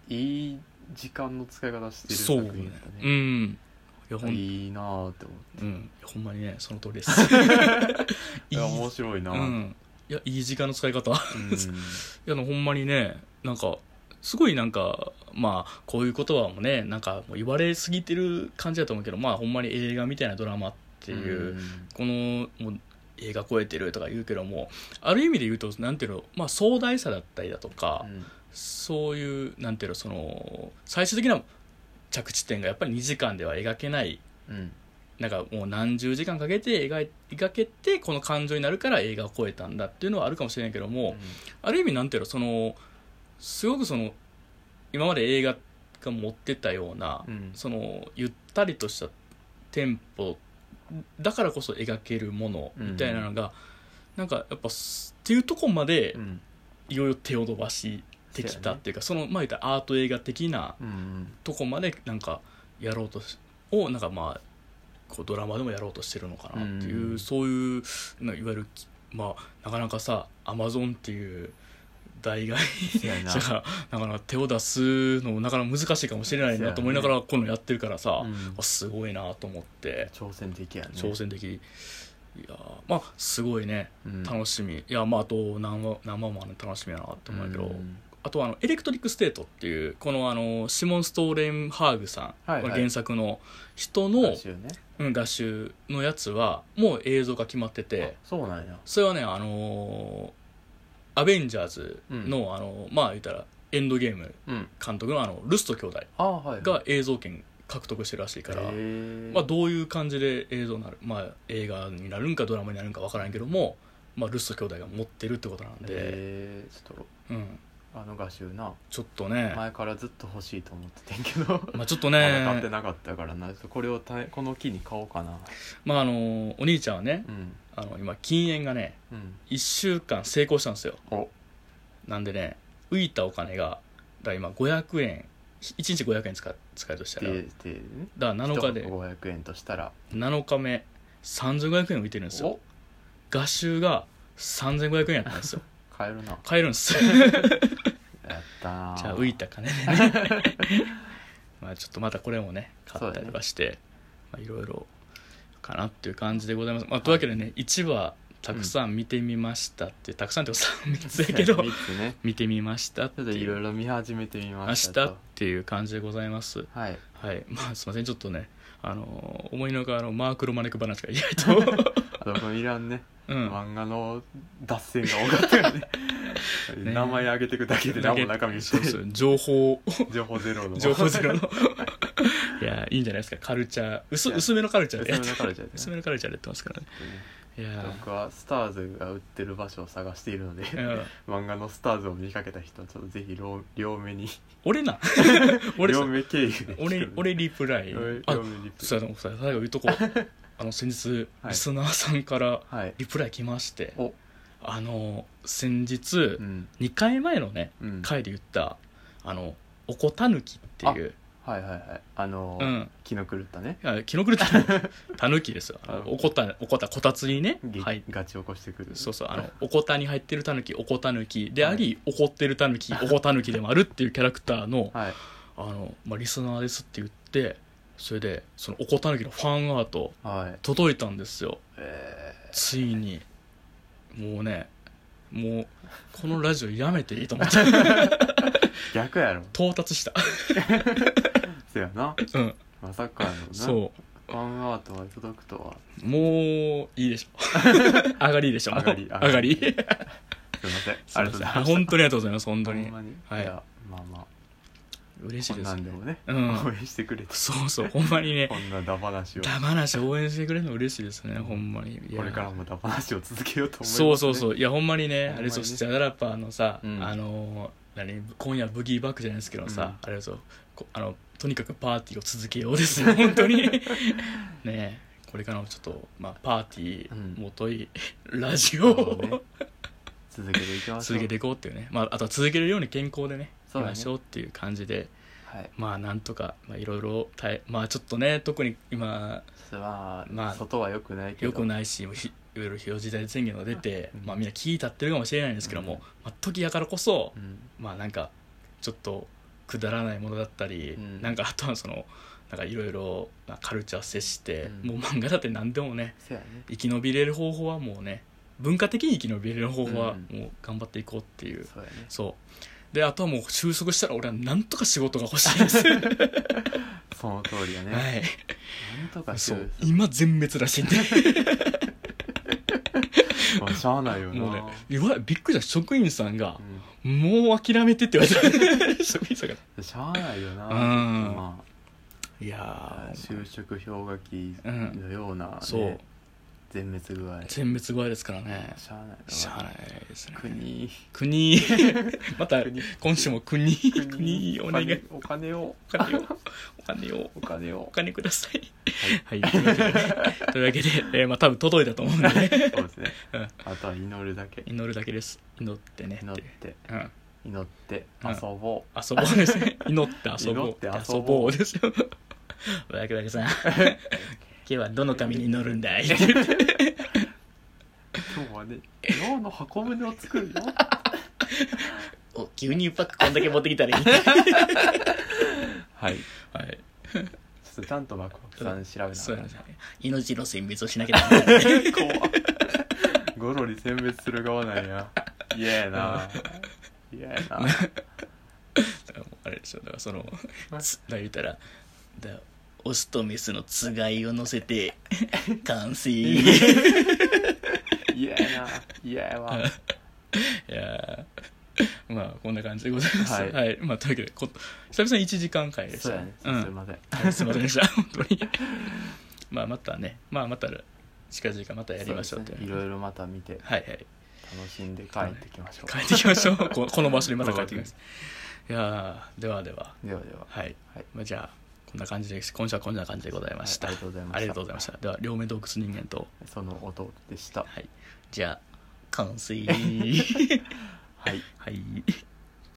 S2: いい時間の使い方してる
S1: そう
S2: 作
S1: ね
S2: 品だった
S1: う
S2: ね
S1: んいやほん,、
S2: いいなぁって思って
S1: うん、ほんまにねその通りですい
S2: い
S1: い
S2: や面白いな
S1: う
S2: ぁ、
S1: んいやいい時間の使い方
S2: うん
S1: いや、でもほんまにね、なんか、すごいなんか、まあ、こういう言葉もね、なんかもう言われすぎてる感じだと思うけど、まあ、ほんまに映画みたいなドラマっていう、この、もう、映画超えてるとか言うけども、ある意味で言うと、なんていうの、まあ、壮大さだったりだとか、
S2: うん
S1: そういう、なんていうの、その、最終的な着地点がやっぱり2時間では描けない
S2: うん
S1: なんかもう何十時間かけて描い描けてこの感情になるから映画を超えたんだっていうのはあるかもしれないけども、
S2: うん
S1: ある意味なんていうのそのすごくその今まで映画が持ってたような、
S2: うん
S1: そのゆったりとしたテンポだからこそ描けるものみたいなのが、なんかやっぱすっていうとこまで
S2: うん
S1: いろいろ手を伸ばしてきたっていうかそのまあ言ったらアート映画的な
S2: うん
S1: とこまでなんかやろうとしをなんかまあこうドラマでもやろうとしてるのかなっていう、
S2: うん
S1: そういうないわゆるきまあなかなかさアマゾンっていう代替
S2: せやな
S1: 者がなかなか手を出すのもなかなか難しいかもしれないなと思いながらこのやってるからさ、
S2: うん
S1: あすごいなと思って
S2: 挑戦的やね
S1: 挑戦的、いやーまあすごいね
S2: うん
S1: 楽しみ、いやまああと何話何話もあるの楽しみやなと思うけど、
S2: ん
S1: あとはあのエレクトリック・ステートっていうこのあのシモン・ストーレンハーグさん、
S2: はいはい
S1: 原作の人の
S2: 歌集ね
S1: うん画集のやつはもう映像が決まってて
S2: そうなんや
S1: それはねあのーアベンジャーズの,、あのまあ言ったらエンドゲーム
S2: うん
S1: 監督のあのルスト兄弟
S2: あはい
S1: が映像権獲得してるらしいから、ま
S2: ま
S1: あ、どういう感じで映像になる、まあ、映画になるんかドラマになるんか分からんけども、まあ、ルスト兄弟が持ってるってことなんで、
S2: えーちょっ
S1: うん、
S2: とあの画集な
S1: ちょっとね、
S2: 前からずっと欲しいと思っててんけど
S1: まあ、ちょっと
S2: ま
S1: ね
S2: だ買ってなかったからなちょっとこれをたいこの木に買おうかな
S1: まああのお兄ちゃんはね
S2: うん
S1: あの今禁煙がね
S2: うん
S1: 1週間成功したんですよ
S2: お
S1: なんでね浮いたお金がだから今500円1日500円使使えるとしたら
S2: ででね
S1: だから7日で
S2: 一箱500円としたら
S1: 7日目3500円浮いてるんですよ
S2: お
S1: 画集が3500円やったんです よ
S2: 買えるな
S1: 買えるんです
S2: やったな
S1: じゃあ 浮いた金でねまあちょっとまたこれもね買ったりとかして、まあいろいろかなっていう感じでございます、まあ、というわけでね、一話たくさん見てみましたって、たくさんって3つだけ ど
S2: 3つね
S1: 見てみましたって
S2: ちょっとい
S1: いう
S2: ろいろ見始めてみ
S1: 明
S2: まし
S1: 日
S2: た
S1: っ
S2: と
S1: ていう感じでございます
S2: はい
S1: はいまあすいませんちょっとねあのー思いのほかあのマークロマネク話が意外 と
S2: あとこのいらんね、
S1: うん
S2: 漫画の脱線が多かった よね名前挙げてくだけで何も中身
S1: そう
S2: して
S1: そう情 報
S2: 情報ゼロの
S1: 情報ゼロのいやいいんじゃないですかカルチャー薄
S2: いや
S1: 薄めのカルチ ャーで
S2: 薄めのカルチャーでね
S1: 薄めのカルチャーでやってますからねいやー
S2: 僕はスターズが売ってる場所を探しているので、
S1: うん
S2: 漫画のスターズを見かけた人はちょっとぜひ両両目に
S1: 俺 な俺さ
S2: 両目経由で
S1: 俺俺リプライ
S2: 俺
S1: あ
S2: 両目リプ
S1: そうやでもさ最後言うとこあの先日
S2: はい
S1: リスナーさんから
S2: はい
S1: リプライ来まして
S2: お
S1: あの先日
S2: うん
S1: 2回前のね
S2: うん
S1: 回で言ったあのおこたぬきっていう
S2: はいはいはいあの
S1: う
S2: ー
S1: ん
S2: 気の狂ったね
S1: いや気の狂った たぬきですよあ
S2: あ
S1: のおこたおこたこたつにね
S2: げ
S1: はい
S2: ガチ起こしてくる
S1: そうそうあのおこたに入ってるたぬきおこたぬきであり怒ってるたぬきおこたぬきでもあるっていうキャラクターの
S2: はい
S1: あの、まあ、リスナーですって言ってそれでそのおこたぬきのファンアート
S2: はい
S1: 届いたんですよ
S2: え
S1: ついにもうねもうこのラジオやめていいと思って
S2: ー逆やろ
S1: 到達 した
S2: そやな
S1: うん
S2: まさかやろな
S1: そ
S2: ファンアートが届くとは
S1: うもういいでしょ 上がりいいでしょもう
S2: 上がり
S1: 上がり
S2: すいません
S1: す
S2: あ
S1: い
S2: り
S1: ませんあ
S2: がとうございました
S1: 本当にありがとうございます本当
S2: ほ
S1: に
S2: んまに
S1: はい
S2: やまあまあ
S1: 嬉し
S2: こ
S1: いで
S2: んな
S1: す
S2: んでもね
S1: うん
S2: 応援してくれて
S1: そうそうほんまにね
S2: こんなダ話を
S1: ダマなし応援してくれるの嬉しいですねほんまにいや
S2: これからもダ話を続けようと思います
S1: そうそうそうういやほんまにね
S2: ほんまにね
S1: あれぞスチャダラッパーのさ、
S2: うん
S1: あの何今夜ブギーバックじゃないですけどさ、あれぞこあのとにかくパーティーを続けようです ね本当にねえこれからもちょっと、まあ、パーティーもとい、ラジオ を
S2: 続けていきましょう
S1: 続けていこうっていうね、まあ、あとは続けるように健康でねいき
S2: そうだね
S1: ましょうっていう感じで
S2: はい
S1: まあなんとかまあいろいろ耐えまあちょっとね特に今
S2: それは
S1: まあ
S2: 外は良くないけど
S1: よくないしひいろいろ非常事態宣言が出て、
S2: うん
S1: まあ、みんな聞いたってるかもしれないんですけども、
S2: うん
S1: まあ、時やからこそ、
S2: うん
S1: まあなんかちょっとくだらないものだったり、
S2: うん
S1: なんかあとはそのなんかいろいろまあカルチャー接して、
S2: うん
S1: もう漫画だって何でもね
S2: そやね
S1: 生き延びれる方法はもうね文化的に生き延びれる方法は
S2: うん
S1: もう頑張っていこうっていう、
S2: そうやね
S1: そうであとはもう収束したら俺はなんとか仕事が欲しい です、
S2: その通りやね
S1: はい
S2: なんとかし
S1: そ
S2: よう
S1: う今全滅らしいんで
S2: まあしゃあないよな
S1: もうねいわびっくりした職員さんが
S2: う、ん
S1: もう諦めてって言われた職員さんが
S2: しゃあないよな
S1: うん
S2: ま
S1: いや
S2: あ
S1: ー
S2: 就職氷河期のようなね
S1: そう
S2: 全滅具合
S1: 全滅超えですからね
S2: しゃあないな
S1: しゃあないですね
S2: 国
S1: 国 また
S2: 国
S1: 今週も国国お願い
S2: お金を
S1: お金をお金を
S2: お金を
S1: お金くださいはい、というわけでというわ けで、えーまあ、多分届いたと思うんでね
S2: そうですね
S1: うん
S2: あとは祈るだけ
S1: 祈るだけです祈ってね
S2: 祈
S1: っ
S2: ってて
S1: うん
S2: 祈って
S1: うん
S2: 遊ぼ
S1: 遊ぼうです ね祈って遊ぼう
S2: 祈って遊ぼう
S1: 遊ぼうですよ わけわけ さん今日はどの紙に祈るんだい
S2: う今日はね今日の箱舟を作るよ
S1: お牛乳パックこんだけ持ってきたらいい
S2: はいち
S1: はい
S2: ょっとちゃんとワクワクさん調べな
S1: そうやね
S2: が
S1: 命の選別をしなきゃダメだね
S2: ら 怖っゴロリ選別する側なんや嫌やな嫌 やな
S1: だからもうあれでしょだからそのつだから言ったらだオスとメスのつがいを乗せ て完成い
S2: 嫌やな嫌やわ
S1: やーまあこんな感じでございますは、
S2: はいい
S1: まあというわけでこ久々に1時間回でし
S2: そう
S1: た
S2: やねす
S1: う
S2: い
S1: ん
S2: ません
S1: はいすいませんでした本当にまあまたねまあまた近々またやりましょうって
S2: そ
S1: いう
S2: ですねいろいろまた見て
S1: はいはい
S2: 楽しんで帰ってきましょう
S1: 帰ってきましょうここの場所にまた帰ってきますいやーではでは
S2: ではでは
S1: はい、
S2: はい
S1: まあ、じゃあこんな感じで今週はこんな感じでございました、
S2: はいありがとうございました
S1: ありがとうございましたでは両目洞窟人間と
S2: その音でした
S1: はいじゃあ完成
S2: はい
S1: はい